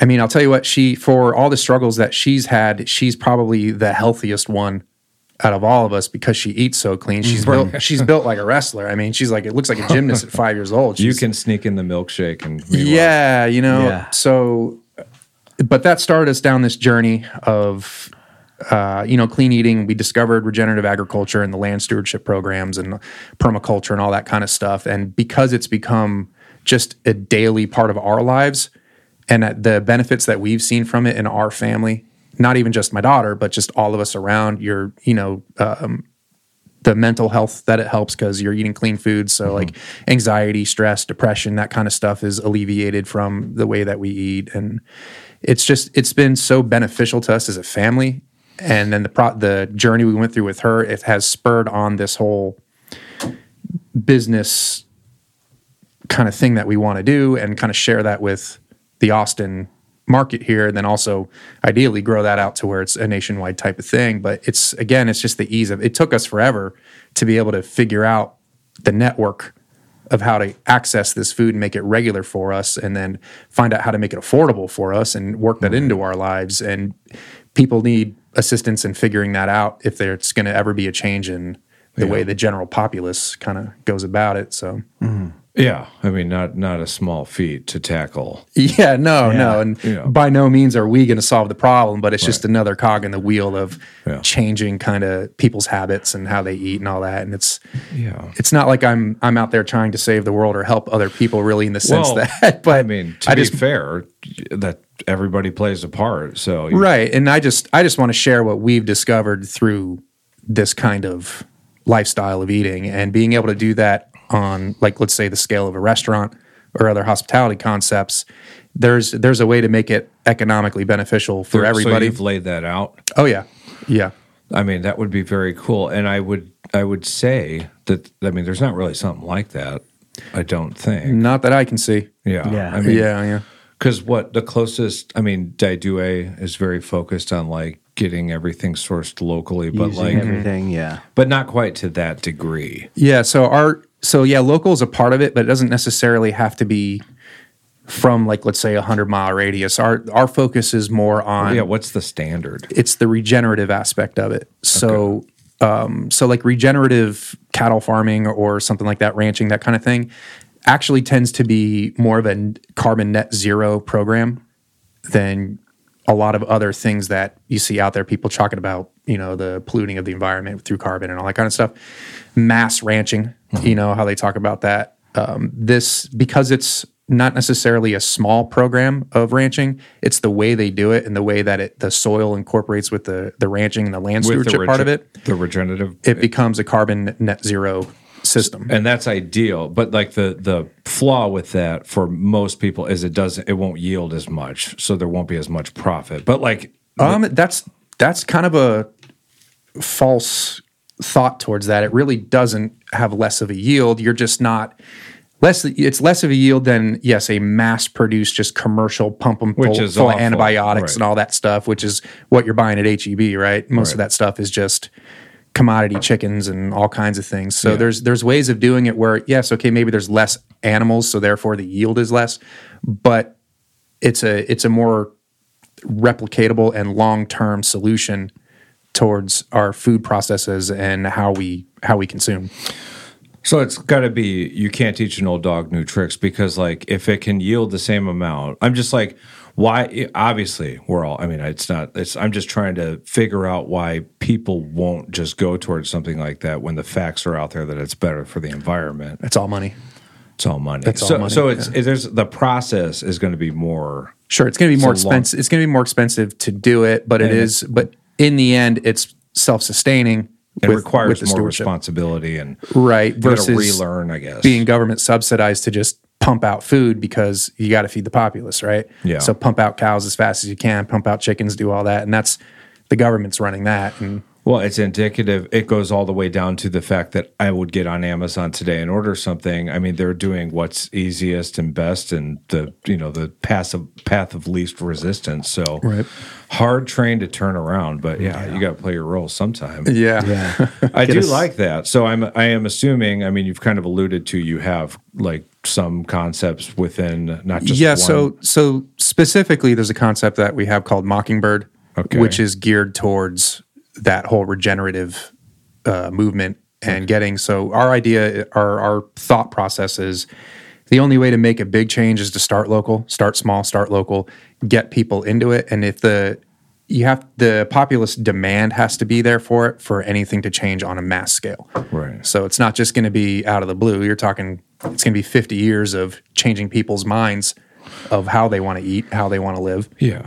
S1: I mean, I'll tell you what, she, for all the struggles that she's had, she's probably the healthiest one out of all of us because she eats so clean. She's built, she's built like a wrestler. I mean, she's like, it looks like a gymnast at five years old.
S2: You
S1: She's-
S2: can sneak in the milkshake and meanwhile-
S1: yeah, you know,
S3: Yeah.
S1: so, but that started us down this journey of, uh, you know, clean eating. We discovered regenerative agriculture and the land stewardship programs and permaculture and all that kind of stuff. And because it's become just a daily part of our lives, and that the benefits that we've seen from it in our family not even just my daughter but just all of us around your you know um, the mental health that it helps because you're eating clean food so like anxiety stress depression that kind of stuff is alleviated from the way that we eat and it's just it's been so beneficial to us as a family and then the pro- the journey we went through with her it has spurred on this whole business kind of thing that we want to do and kind of share that with the Austin market here and then also ideally grow that out to where it's a nationwide type of thing but it's again it's just the ease of it took us forever to be able to figure out the network of how to access this food and make it regular for us and then find out how to make it affordable for us and work that into our lives and people need assistance in figuring that out if there's going to ever be a change in the way the general populace kind of goes about it so
S2: Yeah, I mean, not not a small feat to tackle.
S1: Yeah, no, no. And
S2: Yeah.
S1: by no means are we going to solve the problem, but it's just another cog in the wheel of
S2: Yeah.
S1: changing kind of people's habits and how they eat and all that. And it's
S2: Yeah.
S1: it's not like I'm I'm out there trying to save the world or help other people really in the sense
S2: Well,
S1: that but
S2: I mean, to
S1: I
S2: be
S1: just
S2: fair, that everybody plays a part. So you-
S1: right and I just I just want to share what we've discovered through this kind of lifestyle of eating and being able to do that on like let's say the scale of a restaurant or other hospitality concepts there's there's a way to make it economically beneficial for
S2: so
S1: everybody
S2: you've laid that out.
S1: Oh yeah, yeah,
S2: I mean, that would be very cool. And I would I would say that I mean, there's not really something like that. I don't think.
S1: not that I can see.
S2: Yeah.
S3: Yeah.
S2: I mean,
S1: yeah, yeah,
S2: Because what the closest, I mean, Daidue is very focused on like getting everything sourced locally, but
S3: Using
S2: like,
S3: everything, yeah.
S2: but not quite to that degree.
S1: yeah. So our so yeah, local is a part of it, but it doesn't necessarily have to be from like let's say a hundred mile radius. Our our focus is more on
S2: Yeah. What's the standard?
S1: it's the regenerative aspect of it. So, um, so like regenerative cattle farming or something like that, ranching, that kind of thing, actually tends to be more of a n- carbon net zero program than a lot of other things that you see out there. People talking about, you know, the polluting of the environment through carbon and all that kind of stuff. Mass ranching, you know, how they talk about that. Um, this because it's not necessarily a small program of ranching. It's the way they do it and the way that it the soil incorporates with the the ranching and the land stewardship part of it.
S2: The regenerative.
S1: It becomes a carbon net zero system.
S2: and that's ideal, but like the the flaw with that for most people is it doesn't it won't yield as much, so there won't be as much profit. But like
S1: Um, that's that's kind of a false thought towards that. It really doesn't have less of a yield. You're just not less. It's less of a yield than yes, a mass-produced, just commercial pump 'em
S2: Which
S1: full,
S2: is
S1: full of
S2: awful,
S1: antibiotics
S2: right.
S1: and all that stuff, which is what you're buying at HEB, right? Most of
S2: Right.
S1: that stuff is just commodity chickens and all kinds of things. So there's there's ways of doing it where yes, okay, maybe there's less animals, so therefore the yield is less, but it's a it's a more replicatable and long-term solution towards our food processes and how we how we consume.
S2: So it's got to be you can't teach an old dog new tricks because like if it can yield the same amount, I'm just like why obviously we're all I mean it's not it's I'm just trying to figure out why people won't just go towards something like that when the facts are out there that it's better for the environment.
S1: That's all money.
S2: It's all money.
S1: That's all
S2: so
S1: money,
S2: so it's there's the process is going to be more
S1: Sure, it's going to be more
S2: It's a long-
S1: expensive. It's going to be more expensive to do it, but it is. But in the end, it's self-sustaining.
S2: it requires
S1: the
S2: more
S1: stewardship.
S2: responsibility and
S1: right?
S2: you got to
S1: Versus
S2: relearn, I guess.
S1: being government subsidized to just pump out food because you got to feed the populace, right?
S2: Yeah.
S1: So pump out cows as fast as you can, pump out chickens, do all that, and that's the government's running that. And
S2: Well, it's indicative. It goes all the way down to the fact that I would get on Amazon today and order something. I mean, they're doing what's easiest and best, and the you know the path of path of least resistance. So hard train to turn around, but yeah, you got to play your role sometime.
S1: yeah,
S3: Yeah.
S2: I do like that. So I'm I am assuming. I mean, you've kind of alluded to you have like some concepts within not just
S1: yeah
S2: one-
S1: so so specifically there's a concept that we have called mockingbird
S2: Okay.
S1: which is geared towards that whole regenerative uh, movement and getting so our idea our our thought process is the only way to make a big change is to start local start small start local get people into it and if the you have the populist demand has to be there for it for anything to change on a mass scale
S2: Right.
S1: so it's not just going to be out of the blue. You're talking it's going to be 50 years of changing people's minds of how they want to eat, how they want to live.
S2: Yeah.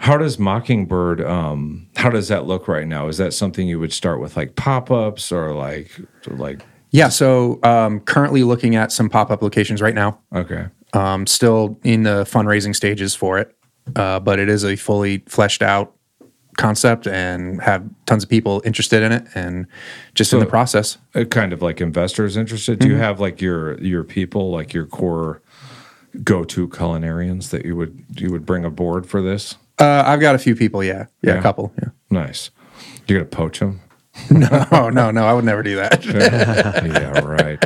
S2: How does Mockingbird? Um, how does that look right now? Is that something you would start with, like pop ups, or like, or like?
S1: Yeah, so um, currently looking at some pop up locations right now.
S2: Okay.
S1: Um, still in the fundraising stages for it, uh, but it is a fully fleshed out concept and have tons of people interested in it and just in the
S2: So-
S1: process.
S2: Uh, kind of like investors interested. Do you have like your your people, like your core go to culinarians that you would you would bring aboard for this?
S1: Uh, I've got a few people, yeah, yeah,
S2: Yeah.
S1: a couple. Yeah.
S2: Nice. You're gonna poach them.
S1: Oh no, no, I would never do that.
S2: yeah, right.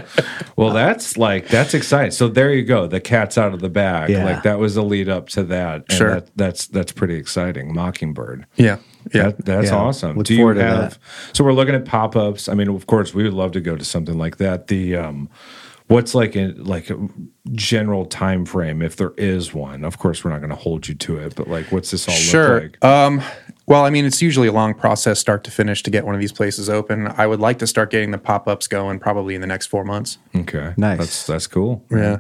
S2: Well, that's like that's exciting. So there you go. The cat's out of the bag.
S3: Yeah.
S2: Like that was the lead up to that. And
S1: Sure.
S2: That, that's that's pretty exciting. Mockingbird.
S1: yeah, yeah.
S2: That, that's
S3: Yeah.
S2: awesome.
S3: Look
S2: Do you
S3: forward to
S2: have? So we're looking at pop ups. I mean, of course, we would love to go to something like that. The um, what's like a like a general time frame if there is one. Of course, we're not going to hold you to it, but like, what's this all
S1: Sure.
S2: look like?
S1: Um, well, I mean, it's usually a long process, start to finish, to get one of these places open. I would like to start getting the pop ups going probably in the next four months.
S2: okay,
S3: Nice.
S2: That's that's cool.
S1: Yeah.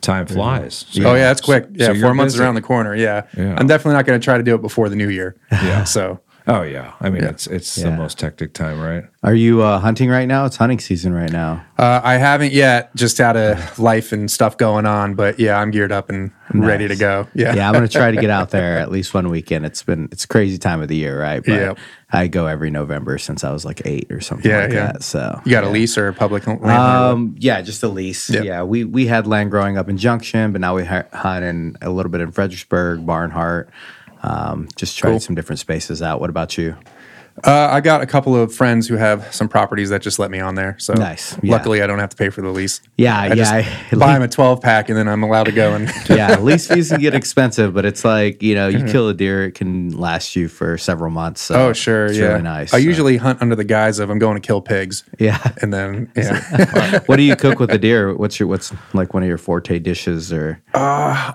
S2: Time flies.
S1: Oh yeah, that's quick. Yeah,
S2: So you're
S1: four months
S2: busy.
S1: around the corner. Yeah.
S2: Yeah.
S1: I'm definitely not going to try to do it before the new year. Yeah. So
S2: Oh yeah. I mean, it's it's the
S3: Yeah.
S2: most hectic time, right?
S3: Are you uh, hunting right now? It's hunting season right now.
S1: uh, I haven't yet, just out of life and stuff going on, but yeah, I'm geared up and ready to go. Yeah.
S3: yeah, I'm gonna try to get out there at least one weekend. It's been it's a crazy time of the year, right? But
S1: Yep.
S3: I go every November since I was like eight or something
S1: Yeah,
S3: like
S1: yeah.
S3: that. So
S1: You got a lease or a public land?
S2: Uh,
S3: um yeah, just a lease.
S1: Yep.
S3: Yeah, we we had land growing up in Junction, but now we ha- hunt in a little bit in Fredericksburg, Barnhart. Um, just tried some different spaces out. What about you?
S1: uh, I got a couple of friends who have some properties that just let me on there. So
S3: Nice, yeah.
S1: Luckily, I don't have to pay for the lease.
S3: Yeah,
S1: I
S3: yeah,
S1: just
S3: I-
S1: buy them a 12 pack, and then I'm allowed to go. And
S3: yeah, lease fees can get expensive, but it's like you know, you kill a deer, it can last you for several months. So
S1: Mm-hmm. oh, sure,
S3: it's
S1: yeah,
S3: really nice.
S1: I
S3: So-
S1: usually hunt under the guise of I'm going to kill pigs.
S3: yeah.
S1: and then yeah.
S3: what do you cook with the deer? What's your what's like one of your forte dishes or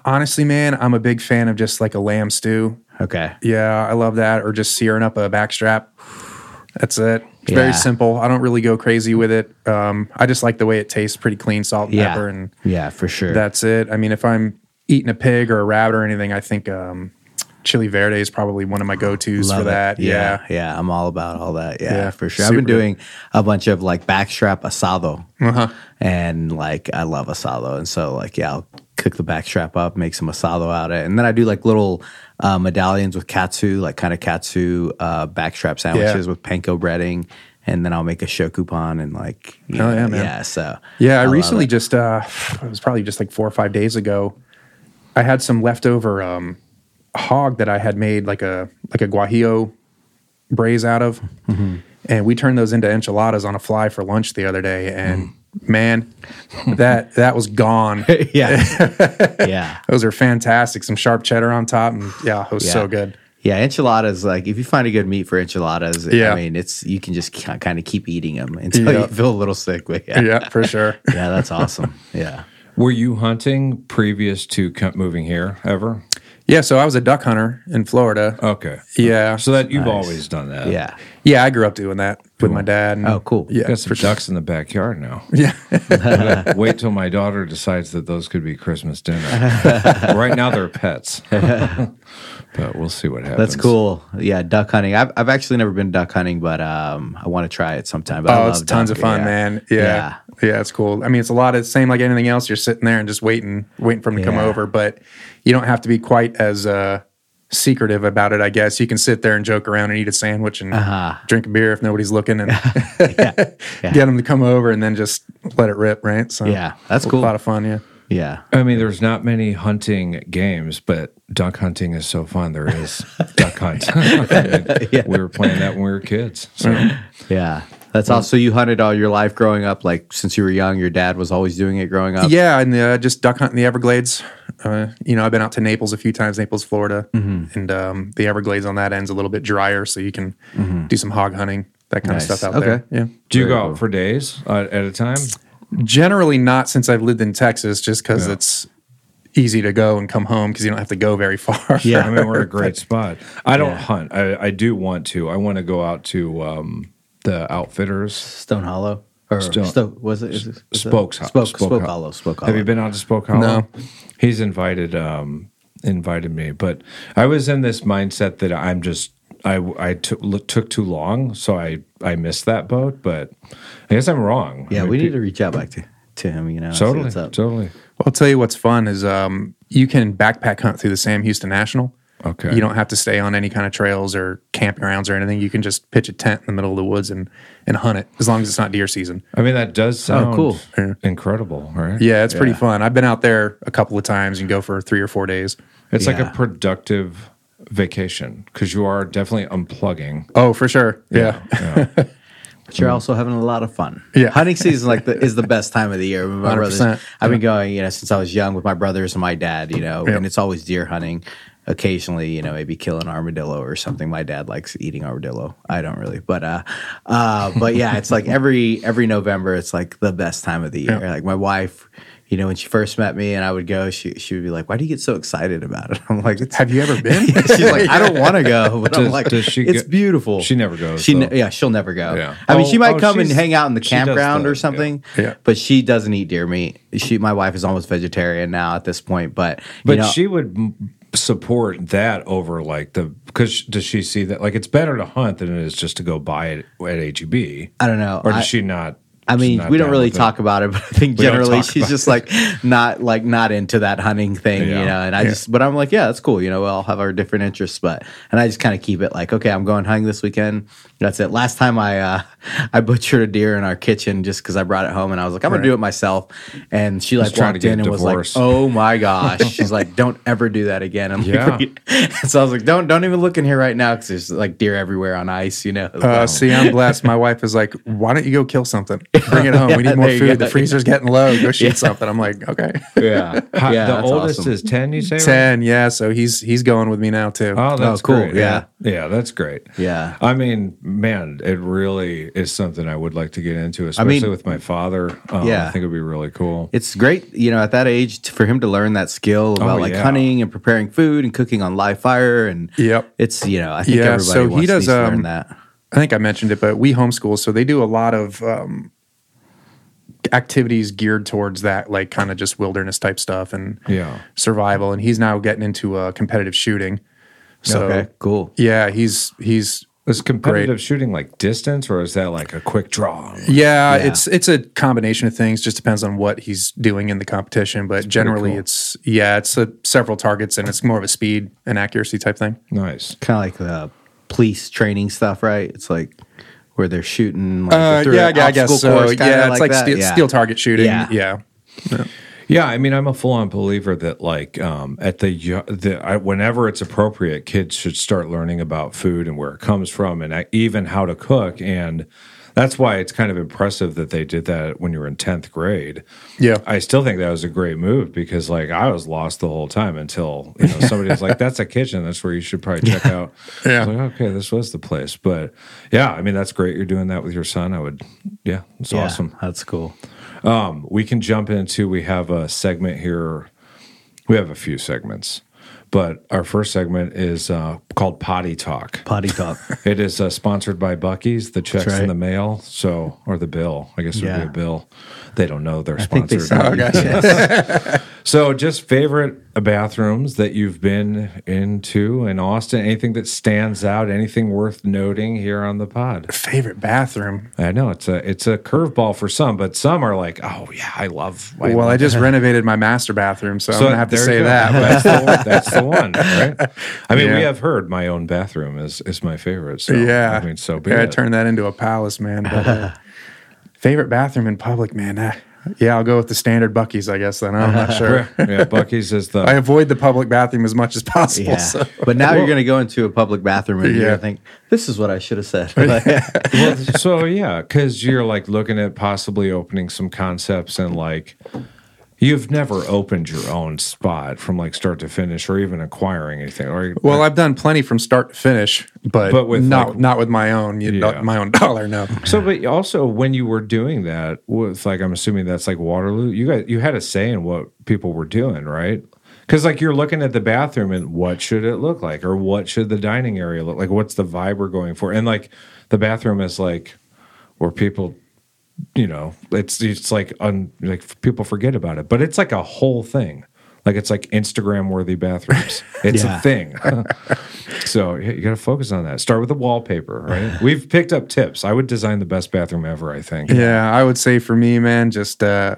S1: Honestly, man, I'm a big fan of just like a lamb stew.
S3: okay?
S1: Yeah, I love that. Or just searing up a backstrap. That's it. It's very
S3: Yeah.
S1: simple. I don't really go crazy with it. Um, I just like the way it tastes, pretty clean, salt and
S3: Yeah,
S1: pepper, and
S3: yeah, for sure.
S1: that's it. I mean, if I'm eating a pig or a rabbit or anything, I think um, chili verde is probably one of my go tos
S3: Love
S1: for
S3: it.
S1: that.
S3: yeah,
S1: Yeah.
S3: yeah, I'm all about all that. Yeah,
S1: Yeah,
S3: for sure. I've been
S1: super Uh-huh. good.
S3: doing a bunch of like backstrap asado, and like I love asado, and so like yeah, I'll cook the backstrap up, make some asado out of it, and then I do like little uh, medallions with katsu, like kind of katsu uh, backstrap sandwiches with panko breading, and then I'll make a shokupan and like you
S1: Oh,
S3: know,
S1: yeah, man.
S3: yeah. So
S1: Yeah, I,
S3: love
S1: recently
S3: it.
S1: just uh it was probably just like four or five days ago. I had some leftover um hog that I had made like a like a guajillo braise out of. And we turned those into enchiladas on a fly for lunch the other day and man, that that was gone.
S3: yeah, yeah.
S1: Those are fantastic. Some sharp cheddar on top and yeah, it was so good.
S3: Yeah, enchiladas. Like if you find a good meat for enchiladas, I
S1: Yeah.
S3: mean, it's you can just kind of keep eating them until
S1: Yeah.
S3: you feel a little sick. But yeah,
S1: Yeah, for sure.
S3: Yeah, that's awesome. yeah,
S2: Were you hunting previous to co- moving here ever?
S1: Yeah, so I was a duck hunter in Florida.
S2: Okay.
S1: yeah.
S2: Oh, So that you've always done that.
S3: yeah.
S1: yeah, I grew up doing that with my dad. and-
S3: Oh, cool.
S1: Yeah,
S2: Got some
S1: for sure.
S2: ducks in the backyard now.
S1: Yeah.
S2: Wait till my daughter decides that those could be Christmas dinner. right now they're pets, but we'll see what happens.
S3: That's cool. Yeah, duck hunting. I've, I've actually never been duck hunting, but um, I want to try it sometime. But I
S1: Oh, it's
S3: love
S1: tons
S3: duck,
S1: of fun,
S3: yeah.
S1: man. Yeah. yeah. it's cool. I mean, it's a lot of same like anything else. You're sitting there and just waiting, waiting for them to come
S3: Yeah.
S1: over, but you don't have to be quite as uh, secretive about it, I guess. You can sit there and joke around and eat a sandwich and
S3: Uh-huh.
S1: drink a beer if nobody's looking and get them to come over and then just let it rip, right? So,
S3: Yeah, that's
S1: it's
S3: cool.
S1: A lot of fun, yeah.
S3: Yeah.
S2: I mean, there's not many hunting games, but duck hunting is so fun. There is duck hunt. We were playing that when we were kids. So
S3: Yeah. That's
S1: Mm.
S3: also you hunted all your life growing up. Like since you were young, your dad was always doing it growing up.
S1: Yeah, and uh, just duck hunting the Everglades. Uh, you know, I've been out to Naples a few times, Naples, Florida,
S3: Mm-hmm.
S1: and um, the Everglades on that end's a little bit drier, so you can do some hog hunting, that kind
S3: Mm-hmm. Nice.
S1: of stuff out
S3: Okay.
S1: there. Yeah,
S2: do you go out for days uh, at a time?
S1: generally not since I've lived in Texas, just because it's easy to go and come home because you don't have to go very far.
S2: I mean, we're in a great spot. I don't hunt. I, I do want to. I want to go out to um, the outfitters.
S3: Stone Hollow.
S2: Or
S3: Sto- was it, is it- is it-
S2: Spokes Ho-
S3: Spoke,
S2: Spoke
S3: Spoke
S2: Ho-
S3: Hollow. Spoke Hollow.
S2: Have you been out to Spoke Hollow? No. He's invited um invited me, but I was in this mindset that I'm just I I took look- took too long, so I I missed that boat, but I guess I'm wrong.
S3: Yeah,
S2: I mean,
S3: we
S2: pe-
S3: need to reach out back to, to him. You know, and see
S2: totally
S3: what's up.
S2: totally.
S1: Well, I'll tell you what's fun is um, you can backpack hunt through the Sam Houston National.
S2: Okay.
S1: You don't have to stay on any kind of trails or campgrounds or anything. You can just pitch a tent in the middle of the woods and, and hunt it as long as it's not deer season.
S2: I mean that does sound
S3: Oh, cool.
S2: incredible, right?
S1: Yeah, it's pretty fun. I've been out there a couple of times. You can go for three or four days.
S2: It's like
S3: Yeah.
S2: a productive vacation because you are definitely unplugging.
S1: Oh, for sure. Yeah.
S3: But you're also having a lot of fun.
S1: Yeah.
S3: hunting season like the, is the best time of the year. My brothers,
S1: 100%.
S3: I've been going, you know, since I was young with my brothers and my dad. You know, and it's always deer hunting. Occasionally, you know, maybe kill an armadillo or something. My dad likes eating armadillo. I don't really, but uh, uh, but yeah, it's like every every November, it's like the best time of the year. Like my wife. You know, when she first met me and I would go, she, she would be like, Why do you get so excited about it? I'm like, it's
S1: Have you ever been?
S3: She's like, I don't want to go, but I'm
S2: Does-
S3: like,
S2: does she
S3: it's
S2: go-
S3: beautiful.
S2: She never goes,
S3: She ne-
S2: though.
S3: yeah, she'll never go.
S2: Yeah.
S3: I mean,
S2: Oh,
S3: she might
S2: oh,
S3: come and
S2: she's-
S3: hang out in the
S2: she does
S3: campground
S2: the-
S3: or something.
S1: yeah. Yeah.
S3: but she doesn't eat deer meat. She, my wife, is almost vegetarian now at this point. But you
S2: But
S3: know,
S2: she would m- support that over like the because does she see that like it's better to hunt than it is just to go buy it at AGB?
S3: I don't know.
S2: Or does
S3: I-
S2: she not?
S3: I
S2: she's
S3: mean,
S2: not
S3: we don't
S2: down
S3: really
S2: with it?
S3: talk about it, but I think
S2: We don't
S3: generally
S2: talk
S3: she's
S2: about
S3: just like not like not into that hunting thing, you
S2: Yeah.
S3: know. And I just, but I'm like, yeah, that's cool, you know. We all have our different interests, but and I just kind of keep it like, okay, I'm going hunting this weekend. That's it. Last time I uh, I butchered a deer in our kitchen just because I brought it home and I was like, I'm gonna do it myself. And she like
S2: trying to
S3: walked
S2: get
S3: in and was
S2: divorced.
S3: like, oh my gosh, she's like, don't ever do that again. I'm
S2: Yeah.
S3: like, so I was like, don't don't even look in here right now because there's like deer everywhere on ice, you know.
S1: Uh, see, I'm blessed. My wife is like, why don't you go kill something? Bring it home. we
S3: Yeah,
S1: need more
S3: there you
S1: food.
S3: go.
S1: The freezer's getting low. Go shoot something. I'm like, okay.
S3: yeah,
S2: How-
S3: yeah.
S2: the
S3: that's
S2: oldest
S3: awesome.
S2: is ten. You say right?
S1: 10. Yeah. So he's he's going with me now, too.
S2: Oh, that's
S3: cool,
S2: Great.
S3: yeah.
S2: yeah, that's great.
S3: Yeah.
S2: I mean, man, it really is something I would like to get into,
S3: mean-
S2: especially with my father. Um,
S3: Yeah.
S2: I think it would be really cool.
S3: it's great, you know, at that age t- for him to learn that skill
S1: Oh,
S3: about like
S2: yeah.
S3: hunting and preparing food and cooking on live fire. And
S1: Yep.
S3: it's, you know, I think
S1: Yeah,
S3: everybody
S1: so he
S3: wants
S1: does,
S3: to at least
S1: um,
S3: learn that.
S1: I think I mentioned it, but we homeschool, so they do a lot of um, activities geared towards that, like kind of just wilderness type stuff and
S2: Yeah.
S1: survival. And he's now getting into uh, competitive shooting. So
S3: okay, cool.
S1: yeah, he's he's
S2: Is competitive shooting like distance, or is that like a quick draw?
S1: yeah, it's it's a combination of things. Just depends on what he's doing in the competition, but generally
S2: cool.
S1: it's yeah, it's a, several targets and it's more of a speed and accuracy type thing.
S2: Nice.
S3: Kind of like the police training stuff, right? It's like where they're shooting like,
S1: Uh,
S3: through
S1: yeah,
S3: an
S1: I guess
S3: obstacle
S1: so.
S3: course, kinda
S1: Yeah, it's like,
S3: that.
S1: steel,
S3: Yeah.
S1: steel target shooting.
S3: Yeah.
S1: yeah.
S2: Yeah, I mean, I'm a full-on believer that like um, at the yo- the I, whenever it's appropriate, kids should start learning about food and where it comes from, and I- even how to cook. And that's why it's kind of impressive that they did that when you were in tenth grade.
S1: Yeah.
S2: I still think that was a great move because like I was lost the whole time until you know somebody was like, "That's a kitchen. That's where you should probably check out."
S1: Yeah.
S2: I was like, okay, this was the place. But yeah, I mean, that's great. You're doing that with your son. I would. Yeah, it's
S3: Yeah,
S2: awesome
S3: That's cool.
S2: we can jump into we have a segment here we have a few segments but our first segment is uh, called potty talk
S3: Potty talk.
S2: it is uh, sponsored by bucky's the checks
S3: right.
S2: in the mail so or the bill i guess it would
S3: Yeah.
S2: be a bill they don't know they're
S3: I think they
S2: sponsored
S1: Oh,
S3: said yes.
S2: so just favorite uh, bathrooms that you've been into in austin anything that stands out anything worth noting here on the pod
S1: Favorite bathroom.
S2: i know it's a it's a curveball for some but some are like oh yeah i love I
S1: well,
S2: love
S1: I just renovated my master bathroom, so, I'm
S2: So
S1: gonna have to
S2: there
S1: say
S2: you go.
S1: that. But
S2: That's the, one- that's the one, right? I mean,
S1: Yeah.
S2: we have heard my own bathroom is is my favorite. So,
S1: yeah,
S2: I mean, so be
S1: yeah, I
S2: it.
S1: turned that into a palace, man. But, uh, favorite bathroom in public, man. ah, yeah, I'll go with the standard Bucky's, I guess. Then I'm not sure.
S2: yeah, Bucky's is the.
S1: I avoid the public bathroom as much as possible.
S3: Yeah.
S1: So.
S3: But now you're going to go into a public bathroom and you're
S1: Yeah.
S3: going to think, this is what I should have said. Like,
S2: well, so yeah, because you're like looking at possibly opening some concepts and like you've never opened your own spot from like start to finish or even acquiring anything. Or
S1: Well, I've done plenty from start to finish, but,
S2: But with,
S1: not
S2: like-
S1: not with my own you know,
S2: Yeah.
S1: my own dollar. No,
S2: so, but also when you were doing that with like, I'm assuming that's like Waterloo. You guys, you had a say in what people were doing, right? Because like you're looking at the bathroom and what should it look like, or what should the dining area look like? What's the vibe we're going for? And like the bathroom is like where people you know, it's it's like un, like people forget about it, but it's like a whole thing. Like it's like Instagram worthy bathrooms. It's
S3: Yeah.
S2: a thing. so yeah, you got to focus on that. Start with the wallpaper, right? We've picked up tips. I would design the best bathroom ever. I think.
S1: Yeah, I would say for me, man, just uh,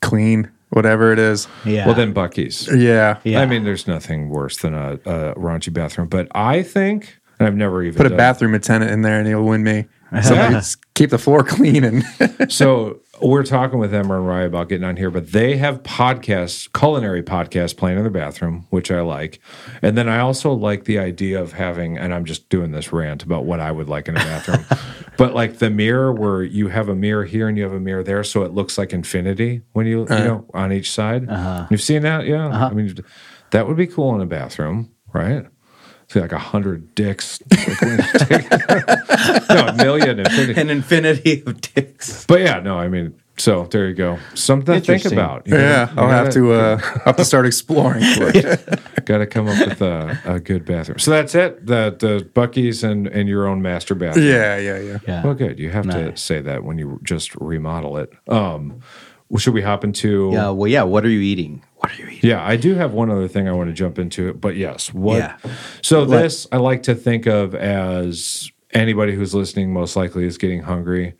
S1: clean whatever it is.
S3: Yeah.
S2: Well, then Bucky's.
S1: Yeah,
S3: Yeah.
S2: I mean, there's nothing worse than a, a raunchy bathroom, but I think, and I've never even
S1: put a
S2: done-
S1: bathroom attendant in there, and he'll win me. So I just keep the floor clean and
S2: So we're talking with Emma and Rye about getting on here, but they have podcasts, culinary podcasts playing in their bathroom, which I like. And then I also like the idea of having, and I'm just doing this rant about what I would like in a bathroom, but like the mirror where you have a mirror here and you have a mirror there, so it looks like infinity when you you know on each side. You've seen that, yeah. I mean, that would be cool in a bathroom, right? See, like a hundred dicks, no, a million infinity.
S3: an infinity of dicks.
S2: But yeah, no, I mean, so there you go. Something to think
S3: Interesting.
S2: about. You
S1: yeah,
S2: gotta-
S1: I'll
S2: you
S1: have to uh, I'll have to start exploring.
S2: Got to come up with a, a good bathroom. So that's it. The the Bucky's and and your own master bathroom.
S1: yeah, yeah, yeah.
S3: Yeah.
S2: Well, good. You have to say that when you just remodel it. Um, well, should we hop into?
S3: Yeah. Well, yeah. What are you eating? What are you eating?
S2: Yeah, I do have one other thing I want to jump into, but yes, what?
S3: Yeah.
S2: So this I like to think of as anybody who's listening most likely is getting hungry,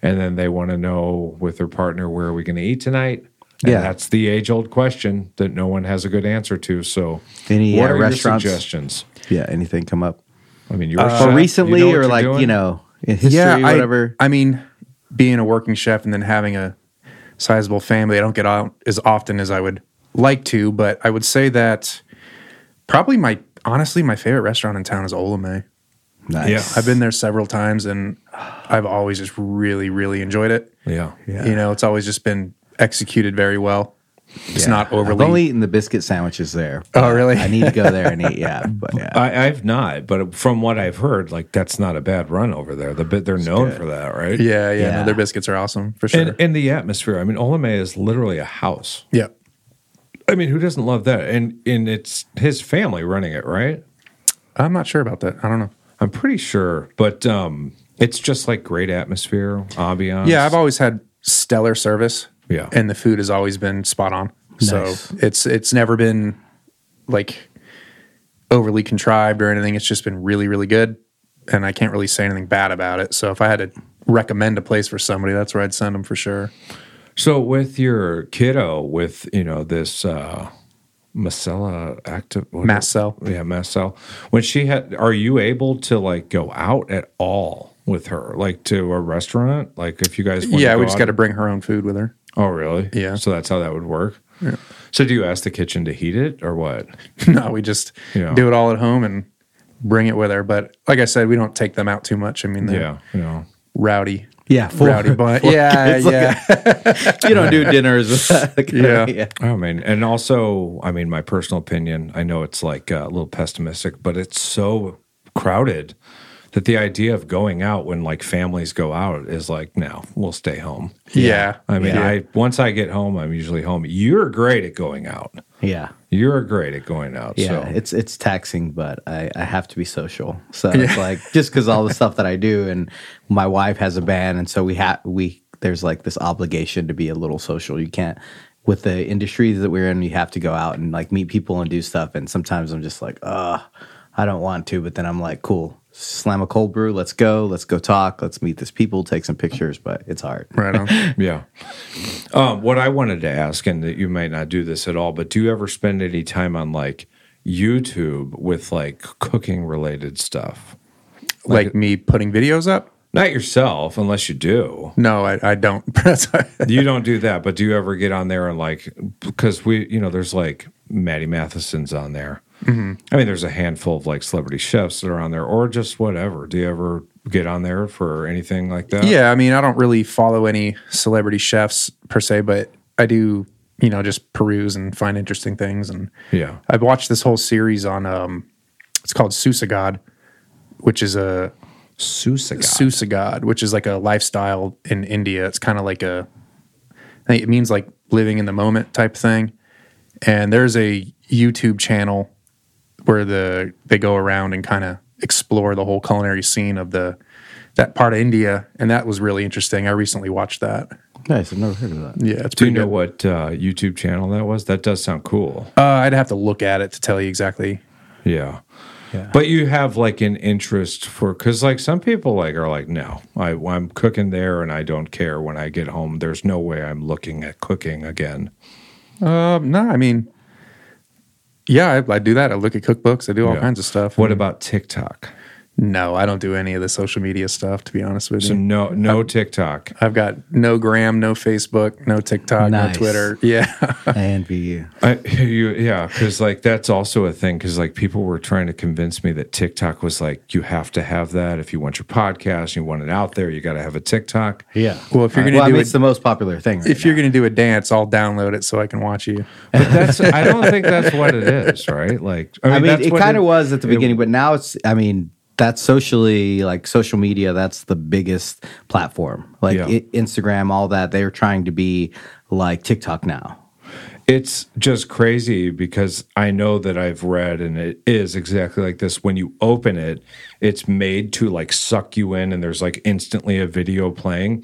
S2: and then they want to know with their partner where are we going to eat tonight. And
S3: Yeah.
S2: that's the age-old question that no one has a good answer to. So,
S3: Any, uh,
S2: what are your
S3: restaurants?
S2: suggestions?
S3: Yeah. Anything come up?
S2: I mean, you're a
S3: or
S2: chef,
S3: recently,
S2: you know what
S3: or
S2: you're
S3: like
S2: doing.
S3: you know, in history,
S1: I-
S3: whatever.
S1: I, mean, being a working chef and then having a sizable family, I don't get out as often as I would like to, but I would say that probably my honestly my favorite restaurant in town is Olame.
S3: nice.
S2: yeah.
S1: I've been there several times and I've always just really really enjoyed it.
S2: Yeah, yeah.
S1: You know, it's always just been executed very well. It's not
S3: I've
S1: overly
S3: only eaten the biscuit sandwiches there.
S1: Oh, really?
S3: I need to go there and eat. Yeah. But yeah.
S2: I, I've not, but from what I've heard, like that's not a bad run over there. The bit they're known for that, right?
S1: yeah, yeah,
S3: Yeah.
S1: No, their biscuits are awesome for sure.
S2: And and the atmosphere. I mean, Olame is literally a house.
S1: yeah.
S2: I mean, who doesn't love that? And and it's his family running it, right?
S1: I'm not sure about that. I don't know.
S2: I'm pretty sure, but um, it's just like great atmosphere, ambiance.
S1: Yeah, I've always had stellar service.
S2: Yeah.
S1: and the food has always been spot on.
S3: Nice.
S1: So it's it's never been like overly contrived or anything. It's just been really really good, and I can't really say anything bad about it. So if I had to recommend a place for somebody, that's where I'd send them for sure.
S2: so with your kiddo, with you know this uh, Marcella active what-
S1: Marcel.
S2: yeah, Marcel. When she had, are you able to like go out at all with her, like to a restaurant? Like if you guys, want
S1: yeah,
S2: to
S1: we
S2: go
S1: just
S2: out-
S1: got to bring her own food with her.
S2: Oh, really?
S1: Yeah.
S2: So that's how that would work. Yeah. So do you ask the kitchen to heat it or what?
S1: no, we just
S2: Yeah.
S1: do it all at home and bring it with her. But like I said, we don't take them out too much. I mean, they're
S2: Yeah. You know.
S1: rowdy.
S3: yeah. Full,
S1: rowdy
S2: Uh,
S1: bunch. Yeah,
S3: It's like
S1: yeah.
S3: you don't do dinners. with that kind of-
S1: Yeah.
S2: I mean, Oh, and also, I mean, my personal opinion, I know it's like uh, a little pessimistic, but it's so crowded that the idea of going out when like families go out is like, no, we'll stay home.
S1: yeah.
S2: I mean,
S1: Yeah.
S2: I once I get home, I'm usually home. You're great at going out.
S3: Yeah.
S2: You're great at going out.
S3: Yeah,
S2: so.
S3: it's it's taxing, but I, I have to be social. So it's like just because all the stuff that I do, and my wife has a band, and so we have we there's like this obligation to be a little social. You can't with the industries that we're in, you have to go out and like meet people and do stuff. And sometimes I'm just like, uh, I don't want to, but then I'm like, cool, slam a cold brew, let's go, let's go talk, let's meet these people, take some pictures, but it's hard.
S1: right on.
S2: Yeah. Um, what I wanted to ask, and that you might not do this at all, but do you ever spend any time on like YouTube with like cooking related stuff?
S1: like me putting videos up?
S2: Not yourself, unless you do.
S1: No, I, I don't. That's-
S2: You don't do that, but do you ever get on there and like, because we, you know, there's like Maddie Matheson's on there. I mean, there's a handful of like celebrity chefs that are on there or just whatever. Do you ever get on there for anything like that?
S1: yeah, I mean, I don't really follow any celebrity chefs per se, but I do, you know, just peruse and find interesting things. And
S2: Yeah.
S1: I've watched this whole series on, um, it's called Susagod, which is a
S2: Susa
S1: Susagod, which is like a lifestyle in India. It's kind of like a, I think it means like living in the moment type thing. And there's a YouTube channel where the they go around and kind of explore the whole culinary scene of the that part of India, and that was really interesting. I recently watched that.
S3: Nice. I've never heard of that.
S1: Yeah, it's
S2: Do
S1: pretty
S2: you know
S1: good.
S2: what uh, YouTube channel that was? That does sound cool.
S1: Uh, I'd have to look at it to tell you exactly.
S2: Yeah.
S1: Yeah.
S2: But you have like an interest for because like some people like are like no I I'm cooking there and I don't care when I get home there's no way I'm looking at cooking again
S1: Um, no, I mean, yeah, I, I do that. I look at cookbooks. I do all
S2: Yeah.
S1: kinds of stuff.
S3: Hmm.
S2: what about TikTok
S1: No, I don't do any of the social media stuff. To be honest with
S2: so
S1: you,
S2: no no TikTok
S1: I've got no Gram, no Facebook, no TikTok,
S3: Nice.
S1: no Twitter. Yeah,
S3: I envy you.
S2: I, you, yeah, because like that's also a thing. Because like people were trying to convince me that TikTok was like you have to have that if you want your podcast, you want it out there, you got to have a TikTok.
S3: Yeah.
S1: Well, if you're gonna
S3: well, I
S1: do
S3: mean,
S1: it-
S3: it's the most popular thing. Right
S1: if you're gonna do a dance, I'll download it so I can watch you.
S2: But that's I don't think that's what it is, right? Like
S3: I mean,
S2: that's
S3: it
S2: what
S3: kind of was at the
S2: it-
S3: beginning, but now it's. I mean, that's socially like social media. That's the biggest platform, like
S2: Yeah.
S3: i Instagram, all that. They're trying to be like TikTok now.
S2: It's just crazy because I know that I've read, and it is exactly like this. When you open it, it's made to like suck you in, and there's like instantly a video playing.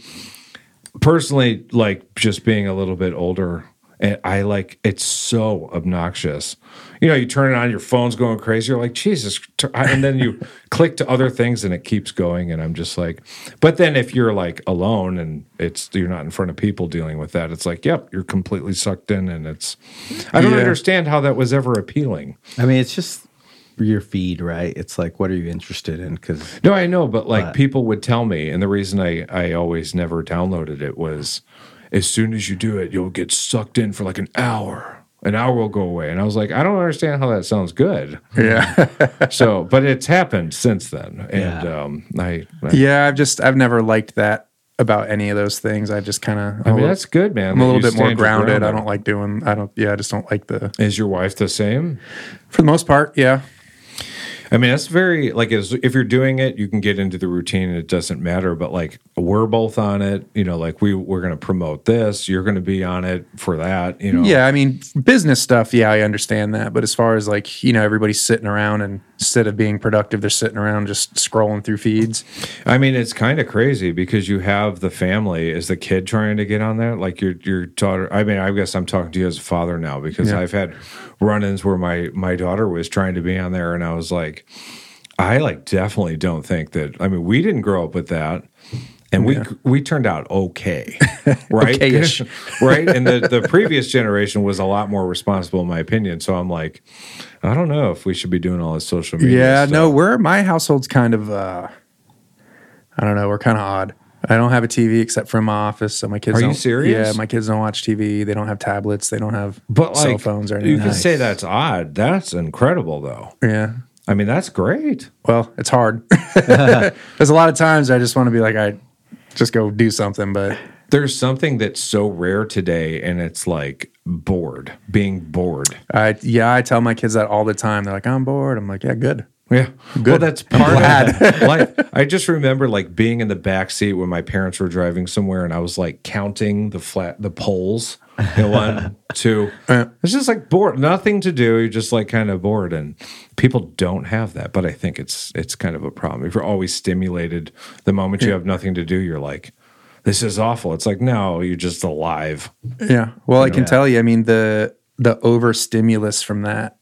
S2: Personally, like just being a little bit older, and I like it's so obnoxious. You know, you turn it on, your phone's going crazy. You're like, Jesus. t- I- And then you click to other things and it keeps going. And I'm just like, but then if you're like alone and it's, you're not in front of people dealing with that, it's like, yep, you're completely sucked in. And it's, I don't
S1: Yeah.
S2: understand how that was ever appealing.
S3: I mean, it's just your feed, right? It's like, what are you interested in? Because
S2: No, I know, but like people would tell me, and the reason I I always never downloaded it was, as soon as you do it, you'll get sucked in for like an hour. An hour will go away, and I was like, I don't understand how that sounds good.
S1: Yeah,
S2: so, but it's happened since then, and
S3: Yeah.
S2: um, I, I,
S1: yeah. I've just I've never liked that about any of those things. I just kind of
S2: I mean that's good, man.
S1: I'm
S2: that
S1: a little
S2: you
S1: bit more
S2: stand your
S1: grounded.
S2: ground.
S1: I don't like doing. I don't. Yeah, I just don't like the.
S2: Is your wife the same?
S1: For the most part, yeah.
S2: I mean, that's very like as, if you're doing it, you can get into the routine and it doesn't matter. But like we're both on it, you know, like we we're gonna promote this, you're gonna be on it for that, you know.
S1: Yeah, I mean business stuff. Yeah, I understand that, but as far as like you know, everybody's sitting around and instead of being productive, they're sitting around just scrolling through feeds.
S2: I mean, it's kind of crazy because you have the family. Is the kid trying to get on there? Like your your daughter. I mean, I guess I'm talking to you as a father now because I've had run-ins where my my daughter was trying to be on there, and I was like, I like definitely don't think that. I mean, we didn't grow up with that. And we we turned out okay, right?
S1: Okay-ish.
S2: right? And the, the previous generation was a lot more responsible, in my opinion. So I'm like, I don't know if we should be doing all this social media.
S1: Yeah,
S2: stuff.
S1: no, we're my household's kind of. uh I don't know. We're kind of odd. I don't have a TV except for my office, so my kids.
S2: Are you
S1: don't-
S2: serious?
S1: Yeah, my kids don't watch TV. They don't have tablets. They don't have
S2: but like,
S1: cell phones or
S2: You
S1: anything.
S2: can say that's odd. That's incredible, though.
S1: yeah.
S2: I mean, that's great.
S1: Well, it's hard. There's a lot of times I just want to be like, I just go do something, but
S2: There's something that's so rare today, and it's like bored, being bored.
S1: I yeah, I tell my kids that all the time. They're like, I'm bored. I'm like, yeah, good.
S2: Yeah, Well,
S1: Good.
S2: that's
S1: I'm
S2: part of
S1: glad.
S2: life. I just remember like being in the back seat when my parents were driving somewhere, and I was like counting the flat the poles. You know, one, two.
S1: Uh.
S2: It's just like bored, nothing to do. You're just like kind of bored, and people don't have that. But I think it's it's kind of a problem. If you're always stimulated, the moment you have nothing to do, you're like, this is awful. It's like no, you're just alive.
S1: Yeah. Well, I can tell you. I mean the the overstimulus from that,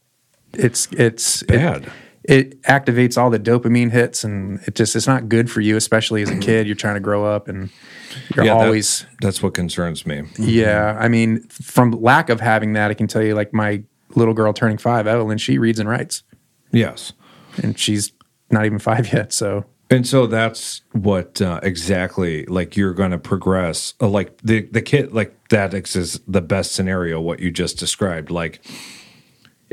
S1: it's it's it-
S2: Bad.
S1: It, activates all the dopamine hits, and it just it's not good for you, especially as a kid. You're trying to grow up, and you're
S2: Mm-hmm. Yeah, that- Mm-hmm.
S1: always
S2: that's what concerns me.
S1: yeah. I mean, from lack of having that, I can tell you, like my little girl turning five, Evelyn, she reads and writes,
S2: Yes.
S1: and she's not even five yet. So
S2: And so that's what uh, exactly like you're going to progress. Uh, like the the kid, like that ex- is the best scenario. What you just described, like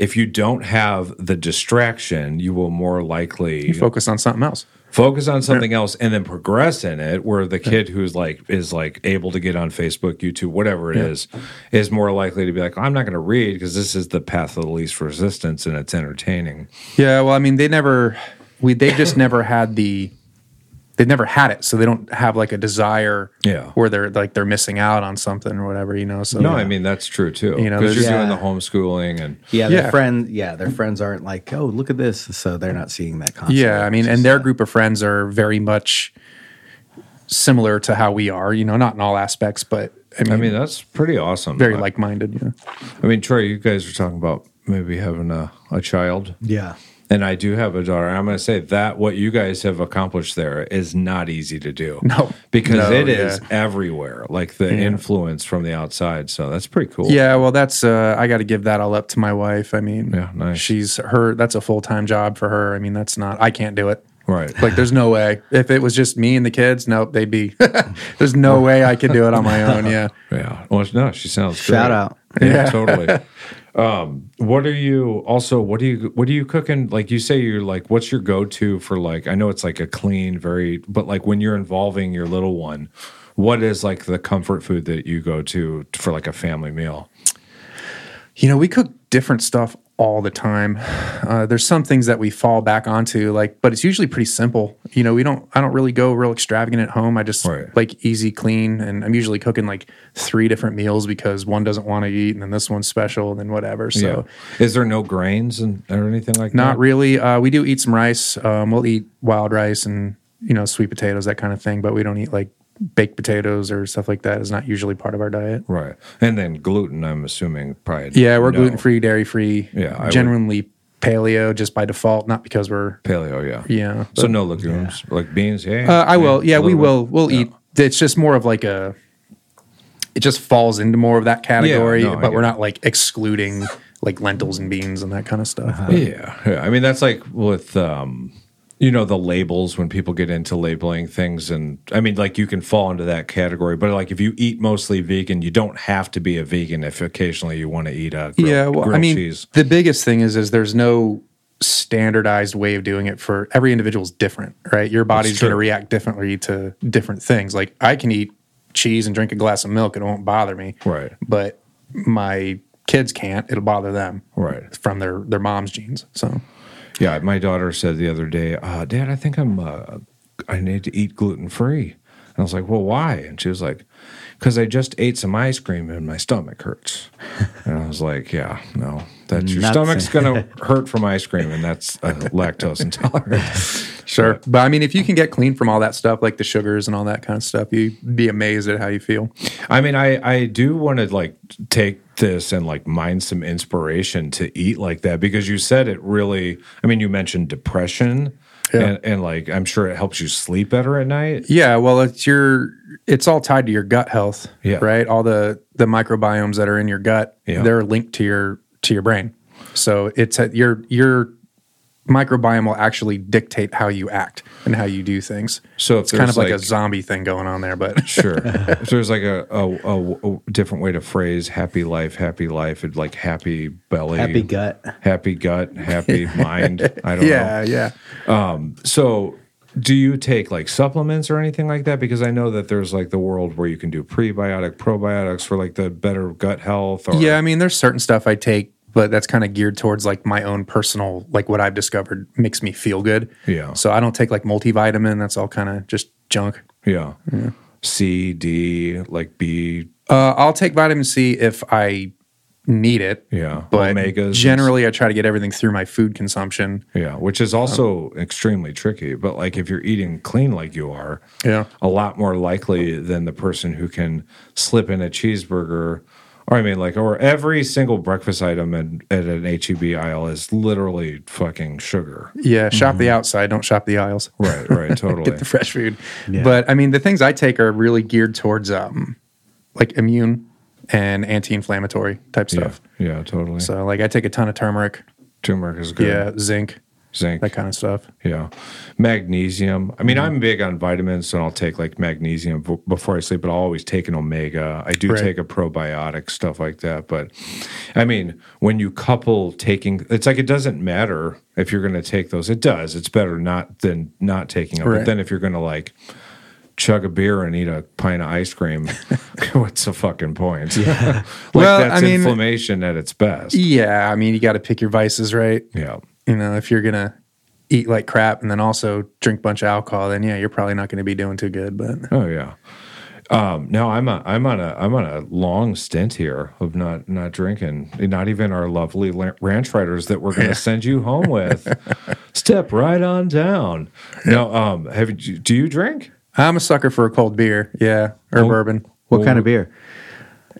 S2: if you don't have the distraction, you will more likely
S1: focus on something else.
S2: focus on something else and then progress in it. Where the kid who's like is like able to get on Facebook, YouTube, whatever it is, is, more likely to be like, I'm not going to read because this is the path of the least resistance and it's entertaining.
S1: Yeah, well, I mean, they never, we they just never had the, they've never had it, so they don't have like a desire,
S2: Yeah.
S1: where they're like they're missing out on something or whatever, you know. So
S2: No, I mean that's true too.
S1: You know,
S2: because you're
S1: there's-
S2: doing
S3: Yeah.
S2: the homeschooling and.
S3: yeah, their
S1: Yeah.
S3: friends, yeah, their friends aren't like, oh, look at this, so they're not seeing that concept.
S1: yeah, I mean, and their group of friends are very much similar to how we are. You know, not in all aspects, but I mean,
S2: I mean, that's pretty awesome.
S1: very
S2: I-
S1: like-minded. You know,
S2: I mean, Troy, you guys were talking about maybe having a, a child.
S3: Yeah.
S2: And I do have a daughter. I'm going to say that what you guys have accomplished there is not easy to do.
S1: No.
S2: Because
S1: No,
S2: it is
S1: yeah.
S2: everywhere, like the influence from the outside. So that's pretty cool.
S1: Yeah, well, that's uh, I got to give that all up to my wife. I mean,
S2: Yeah, nice.
S1: She's her. That's a full time job for her. I mean, that's not. I can't do it.
S2: Right.
S1: Like, there's no way. If it was just me and the kids, nope, they'd be. there's no way I could do it on my own. Yeah.
S2: Yeah. Well, no, she sounds
S3: Shout
S2: great.
S3: out.
S2: Yeah, totally. Um, what are you also? What do you what are you cooking? Like you say, you're like, what's your go to for like? I know it's like a clean, very, but like when you're involving your little one, what is like the comfort food that you go to for like a family meal?
S1: You know, we cook different stuff all the time. Uh, there's some things that we fall back onto, like, but it's usually pretty simple. You know, we don't. I don't really go real extravagant at home. I just
S2: Right.
S1: like easy, clean, and I'm usually cooking like three different meals because one doesn't want to eat, and then this one's special, and then whatever. So.
S2: yeah. is there no grains and or anything like
S1: Not
S2: that?
S1: really. Uh, we do eat some rice. Um, we'll eat wild rice and you know sweet potatoes, that kind of thing. But we don't eat like baked potatoes or stuff like that. Is not usually part of our diet.
S2: right. And then gluten, I'm assuming probably.
S1: Yeah, we're
S2: no.
S1: gluten free, dairy free.
S2: Yeah, I would-
S1: generally paleo just by default, not because we're
S2: paleo. Yeah,
S1: yeah.
S2: So no legumes like beans. Yeah,
S1: uh, I will. Yeah, we
S2: little bit.
S1: will. We'll eat. It's just more of like a. It just falls into more of that category,
S2: no, I
S1: but we're
S2: get it.
S1: not like excluding like lentils and beans and that kind of stuff. But-
S2: Yeah, yeah. I mean, that's like with um, you know, the labels when people get into labeling things, and I mean, like you can fall into that category. But like if you eat mostly vegan, you don't have to be a vegan if occasionally you want to eat a grilled,
S1: yeah well i
S2: grilled
S1: mean
S2: cheese.
S1: the biggest thing is is there's no standardized way of doing it for every individual is different right your body's going to
S2: true.
S1: react differently to different things like i can eat cheese and drink a glass of milk it won't bother me
S2: Right.
S1: but my kids can't it'll bother them
S2: Right.
S1: from their their mom's genes so
S2: Yeah, my daughter said the other day, uh, "Dad, I think I'm uh, I need to eat gluten free." And I was like, "Well, why?" And she was like, "Because I just ate some ice cream and my stomach hurts." and I was like, "Yeah, no, that's your
S3: Not the
S2: stomach's gonna hurt from ice cream, and that's uh, lactose intolerance."
S1: sure but i mean if you can get clean from all that stuff like the sugars and all that kind of stuff you'd be amazed at how you feel
S2: I mean, I I do want to like take this and like mine some inspiration to eat like that because you said it really. I mean, you mentioned depression. And, and like I'm sure it helps you sleep better at night.
S1: Yeah, well, it's your it's all tied to your gut health,
S2: Yeah.
S1: right? All the the microbiomes that are in your gut,
S2: Yeah.
S1: they're linked to your to your brain. So it's a, your your microbiome will actually dictate how you act and how you do things.
S2: So if
S1: it's kind
S2: there's,
S1: of like, a
S2: like-
S1: zombie thing going on there, but
S2: Sure. if there's like a, a, a- a different way to phrase happy life, happy life, it like happy belly,
S3: Happy gut.
S2: happy gut, happy mind. I don't
S1: yeah, yeah.
S2: know. So, do you take like supplements or anything like that? Because I know that there's like the world where you can do prebiotic, probiotics for like the better gut health. Or,
S1: Yeah, I mean, there's certain stuff I take, but that's kind of geared towards like my own personal, like what I've discovered makes me feel good.
S2: Yeah.
S1: So I don't take like multivitamin. That's all kind of just junk.
S2: Yeah. C, D, like B.
S1: Uh, I'll take vitamin C if I need it.
S2: Yeah.
S1: But
S2: Omegas and
S1: generally, I try to get everything through my food consumption.
S2: Yeah, which is also extremely tricky. But like if you're eating clean like you are,
S1: Yeah.
S2: a lot more likely than the person who can slip in a cheeseburger. Or I mean, like, or every single breakfast item at, at an HEB aisle is literally fucking sugar.
S1: Yeah, shop the outside, don't shop the aisles.
S2: Right, right, totally.
S1: Get the fresh food.
S3: Yeah.
S1: But I mean, the things I take are really geared towards um, like immune and anti-inflammatory type
S2: yeah,
S1: stuff.
S2: yeah, totally.
S1: So like, I take a ton of turmeric,
S2: Turmeric is good.
S1: yeah, zinc,
S2: zinc.
S1: that kind of stuff.
S2: Yeah. Magnesium. I mean, I'm big on vitamins, and I'll take like magnesium b- before I sleep, but I'll always take an omega. I do
S1: Right.
S2: take a probiotic, stuff like that. But I mean, when you couple taking, it's like it doesn't matter if you're going to take those. It does. It's better not than not taking them. But
S1: Right.
S2: then if you're going to like chug a beer and eat a pint of ice cream, what's the fucking point? like
S1: Well,
S2: that's
S1: I mean-
S2: inflammation at its best.
S1: Yeah, I mean, you got to pick your vices right.
S2: Yeah.
S1: You know, if you're gonna eat like crap and then also drink a bunch of alcohol, then yeah, you're probably not going to be doing too good. But
S2: Oh yeah. Um, no, I'm a, I'm on a I'm on a long stint here of not not drinking. Not even our lovely la- ranch riders that we're going to send you home with. Step right on down. No, um, have you, do you drink?
S1: I'm a sucker for a cold beer. Yeah, or bourbon.
S3: What kind of beer?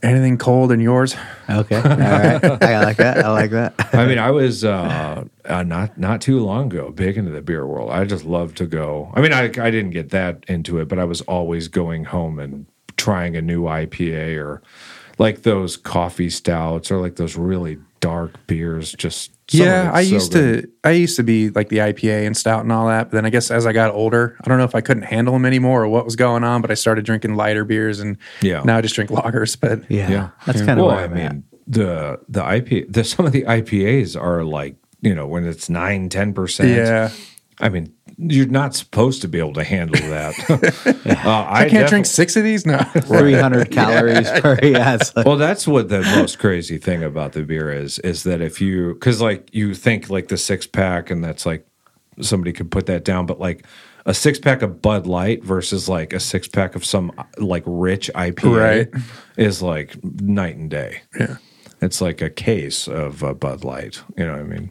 S1: Anything cold and yours?
S3: Okay, all right. I like that. I like that.
S2: I mean, I was uh, uh, not not too long ago big into the beer world. I just love to go. I mean, I I didn't get that into it, but I was always going home and trying a new IPA or like those coffee stouts or like those really dark beers. Just some of
S1: yeah,
S2: it's
S1: I
S2: so
S1: used
S2: good.
S1: to. I used to be like the IPA and stout and all that. But then I guess as I got older, I don't know if I couldn't handle them anymore or what was going on. But I started drinking lighter beers, and
S2: Yeah.
S1: now I just drink lagers. But
S3: Yeah,
S2: Yeah.
S3: that's kind of
S2: well,
S3: where I'm
S2: I
S3: at.
S2: mean, the the IP the some of the IPAs are like, you know, when it's 9 10%.
S1: Yeah.
S2: I mean, you're not supposed to be able to handle that. Uh,
S1: I, can't
S2: defi-
S1: drink six of these. No,
S3: 300 calories per yeah. It's like,
S2: Well, that's what the most crazy thing about the beer is is that if you cuz like you think like the six pack and that's like somebody could put that down but like a six pack of Bud Light versus like a six pack of some like rich IPA
S1: Right.
S2: is like night and day. Yeah. It's like a case of uh, Bud Light, you know what I mean?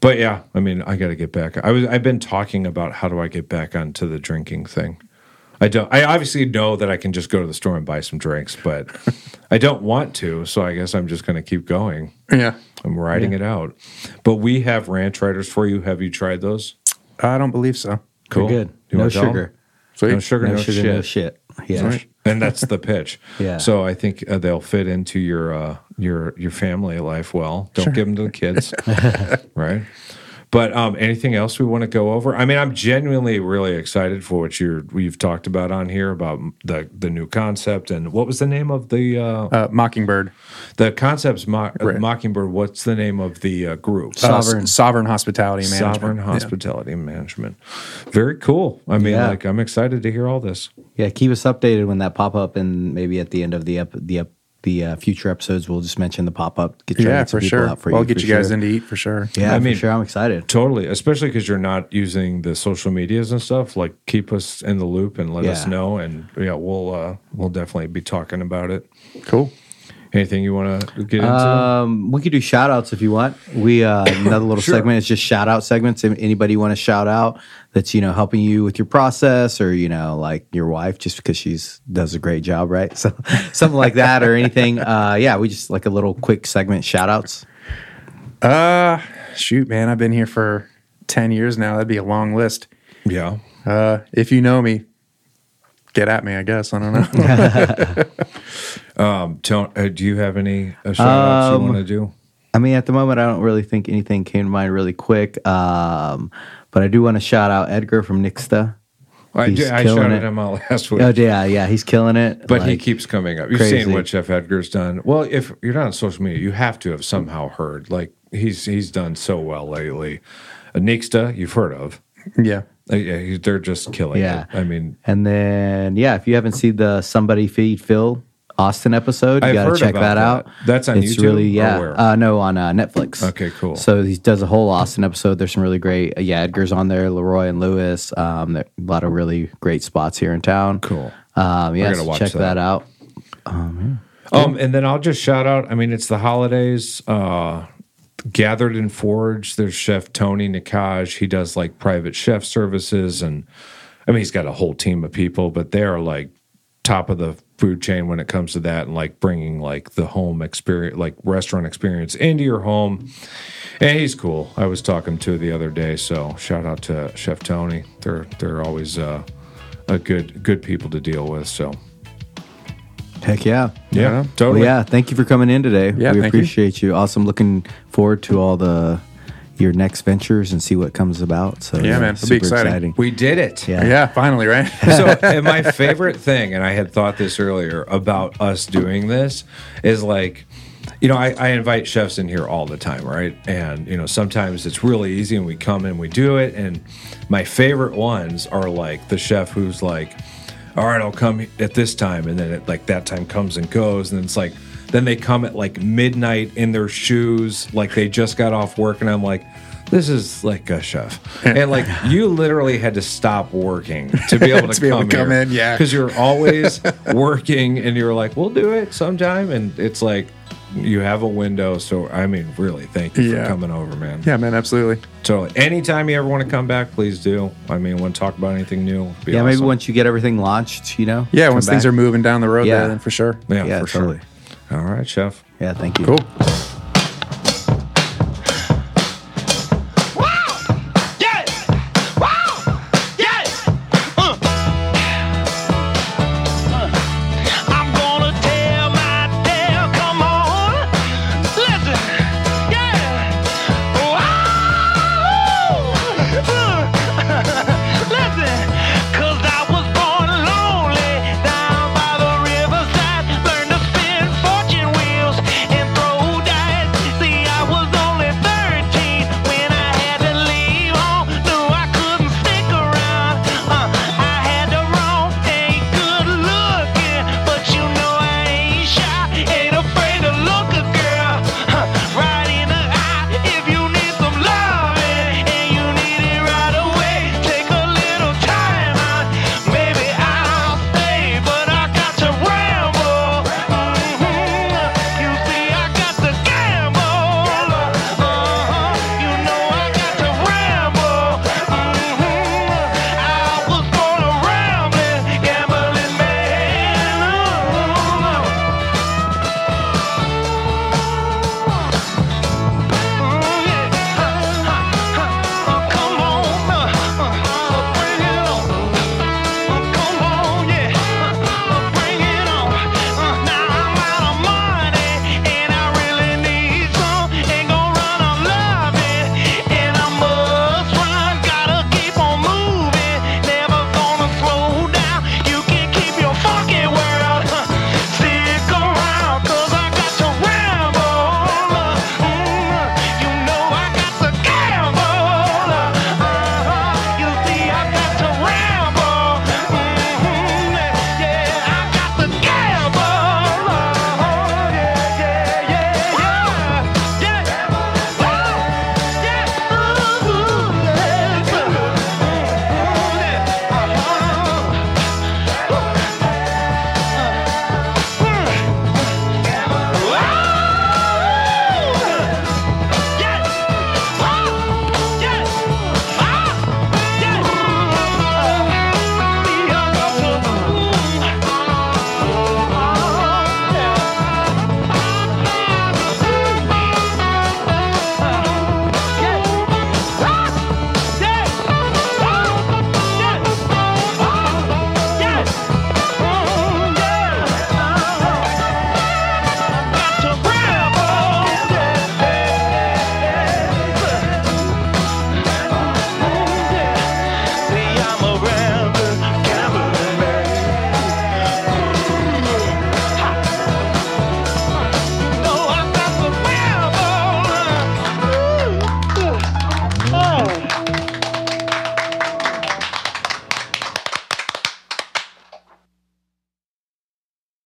S2: But yeah, I mean, I got to get back. I was I've been talking about how do I get back onto the drinking thing. I don't. I obviously know that I can just go to the store and buy some drinks, but I don't want to. So I guess I'm just going to keep going.
S1: yeah,
S2: I'm riding it out. But we have ranch riders for you. Have you tried those?
S1: I don't believe so.
S2: Cool.
S3: good.
S2: You
S3: No
S2: wanna tell 'em?
S3: sugar.
S1: Sweet.
S2: No sugar.
S3: no,
S2: No,
S3: sugar,
S2: shit.
S3: no shit. Yeah.
S2: And that's the pitch.
S3: Yeah.
S2: So I think uh, they'll fit into your uh, your your family life well. Don't give them to the kids, right? But um, anything else we want to go over? I mean, I'm genuinely really excited for what you're you've talked about on here about the the new concept and what was the name of the uh,
S1: Uh, Mockingbird,
S2: the concepts mo- uh,
S1: Right.
S2: Mockingbird? What's the name of the uh, group?
S1: Uh,
S3: Sovereign.
S1: S- sovereign hospitality management.
S2: Sovereign
S1: Yeah.
S2: Hospitality Management. Very cool. I mean,
S3: Yeah.
S2: like I'm excited to hear all this.
S3: Yeah, keep us updated when that pop up, and maybe at the end of the ep- the ep- the uh, future episodes, we'll just mention the pop up. Get try to
S1: Yeah,
S3: get some
S1: for
S3: people
S1: sure.
S3: Out for
S1: I'll
S3: you,
S1: get
S3: for
S1: you guys
S3: sure.
S1: in to eat for sure.
S3: Yeah,
S2: I
S3: I mean,
S2: mean-
S3: for sure. I'm excited.
S2: Totally, especially because you're not using the social medias and stuff. Like, keep us in the loop and let us
S3: Yeah.
S2: know. And yeah, we'll uh, we'll definitely be talking about it.
S1: Cool.
S2: Anything you want to get into?
S3: Um, we could do shout outs if you want. We uh, another little
S2: Sure.
S3: segment is just shout out segments. If anybody you want to shout out that's you know helping you with your process or you know like your wife just because she's does a great job, right? So something like that or anything. Uh, yeah, we just like a little quick segment shout outs.
S1: Uh, shoot, man, I've been here for 10 years now. That'd be a long list.
S2: yeah,
S1: Uh, if you know me, get at me, I guess. I don't know.
S2: um, tell, uh, do you have any uh, shout outs
S3: Um,
S2: you want to do?
S3: I mean, at the moment, I don't really think anything came to mind really quick. Um, but I do want to shout out Edgar from Nixta.
S2: I,
S3: he's
S2: did, I
S3: killing
S2: shouted
S3: it.
S2: him out last week.
S3: Oh yeah, yeah, he's killing it.
S2: But he
S3: Like,
S2: keeps coming up. You've
S3: crazy.
S2: seen what Jeff Edgar's done. Well, if you're not on social media, you have to have somehow heard. Like he's he's done so well lately. Nixta, you've heard of.
S1: yeah.
S2: Uh, yeah, he- they're just killing
S3: Yeah.
S2: it. I mean,
S3: and then yeah, if you haven't seen the Somebody Feed Phil Austin episode, you
S2: I've
S3: got
S2: heard
S3: to check
S2: about
S3: that,
S2: that.
S3: out.
S2: That's on
S3: it's
S2: YouTube
S3: Really, yeah,
S2: or where?
S3: Uh, no, on uh, Netflix.
S2: Okay, cool.
S3: So he does a whole Austin episode. There's some really great. uh, yeah, Edgar's on there. Leroy and Lewis. Um, there, a lot of really great spots here in town.
S2: Cool.
S3: Um, yeah,
S2: gotta
S3: so
S2: watch
S3: check
S2: that.
S3: that, out.
S2: Um, and then I'll just shout out. I mean, it's the holidays. Uh, Gathered and Forged. There's Chef Tony Nakaj. He does like private chef services, and I mean, he's got a whole team of people, but they are like top of the food chain when it comes to that, and like bringing like the home experience, like restaurant experience, into your home. And he's cool. I was talking to the other day, so shout out to Chef Tony. They're they're always uh, a good good people to deal with. So
S3: Heck yeah.
S2: yeah,
S3: Well,
S2: totally.
S3: yeah, thank you for coming in today.
S1: Yeah, thank
S3: we
S1: you.
S3: appreciate you. Awesome. Looking forward to all the your next ventures and see what comes about. So
S1: Yeah, man, it'll be exciting.
S2: We did it.
S3: Yeah.
S1: Yeah, finally, right?
S2: so and my favorite thing and i had thought this earlier about us doing this is like you know I, I invite chefs in here all the time right and you know sometimes it's really easy and we come and we do it and my favorite ones are like the chef who's like all right i'll come at this time and then it like that time comes and goes and it's like then they come at like midnight in their shoes like they just got off work and i'm like this is like a chef. And like you literally had to stop working to be able to,
S1: To be able to come in, yeah.
S2: Because you're always working and you're like, we'll do it sometime. And it's like, you have a window. So, I mean, really, thank you
S1: Yeah.
S2: for coming over, man.
S1: Yeah, man, absolutely.
S2: Totally. Anytime you ever want to come back, please do. I mean, want to talk about anything new? it'd be
S3: yeah, maybe
S2: awesome.
S3: once you get everything launched, you know.
S1: Yeah,
S3: come
S1: once things
S3: back.
S1: are moving down the road
S3: Yeah.
S1: there, then for sure.
S2: Yeah,
S3: yeah,
S2: for
S3: totally.
S2: sure. All right, chef.
S3: Yeah, thank you.
S1: Cool.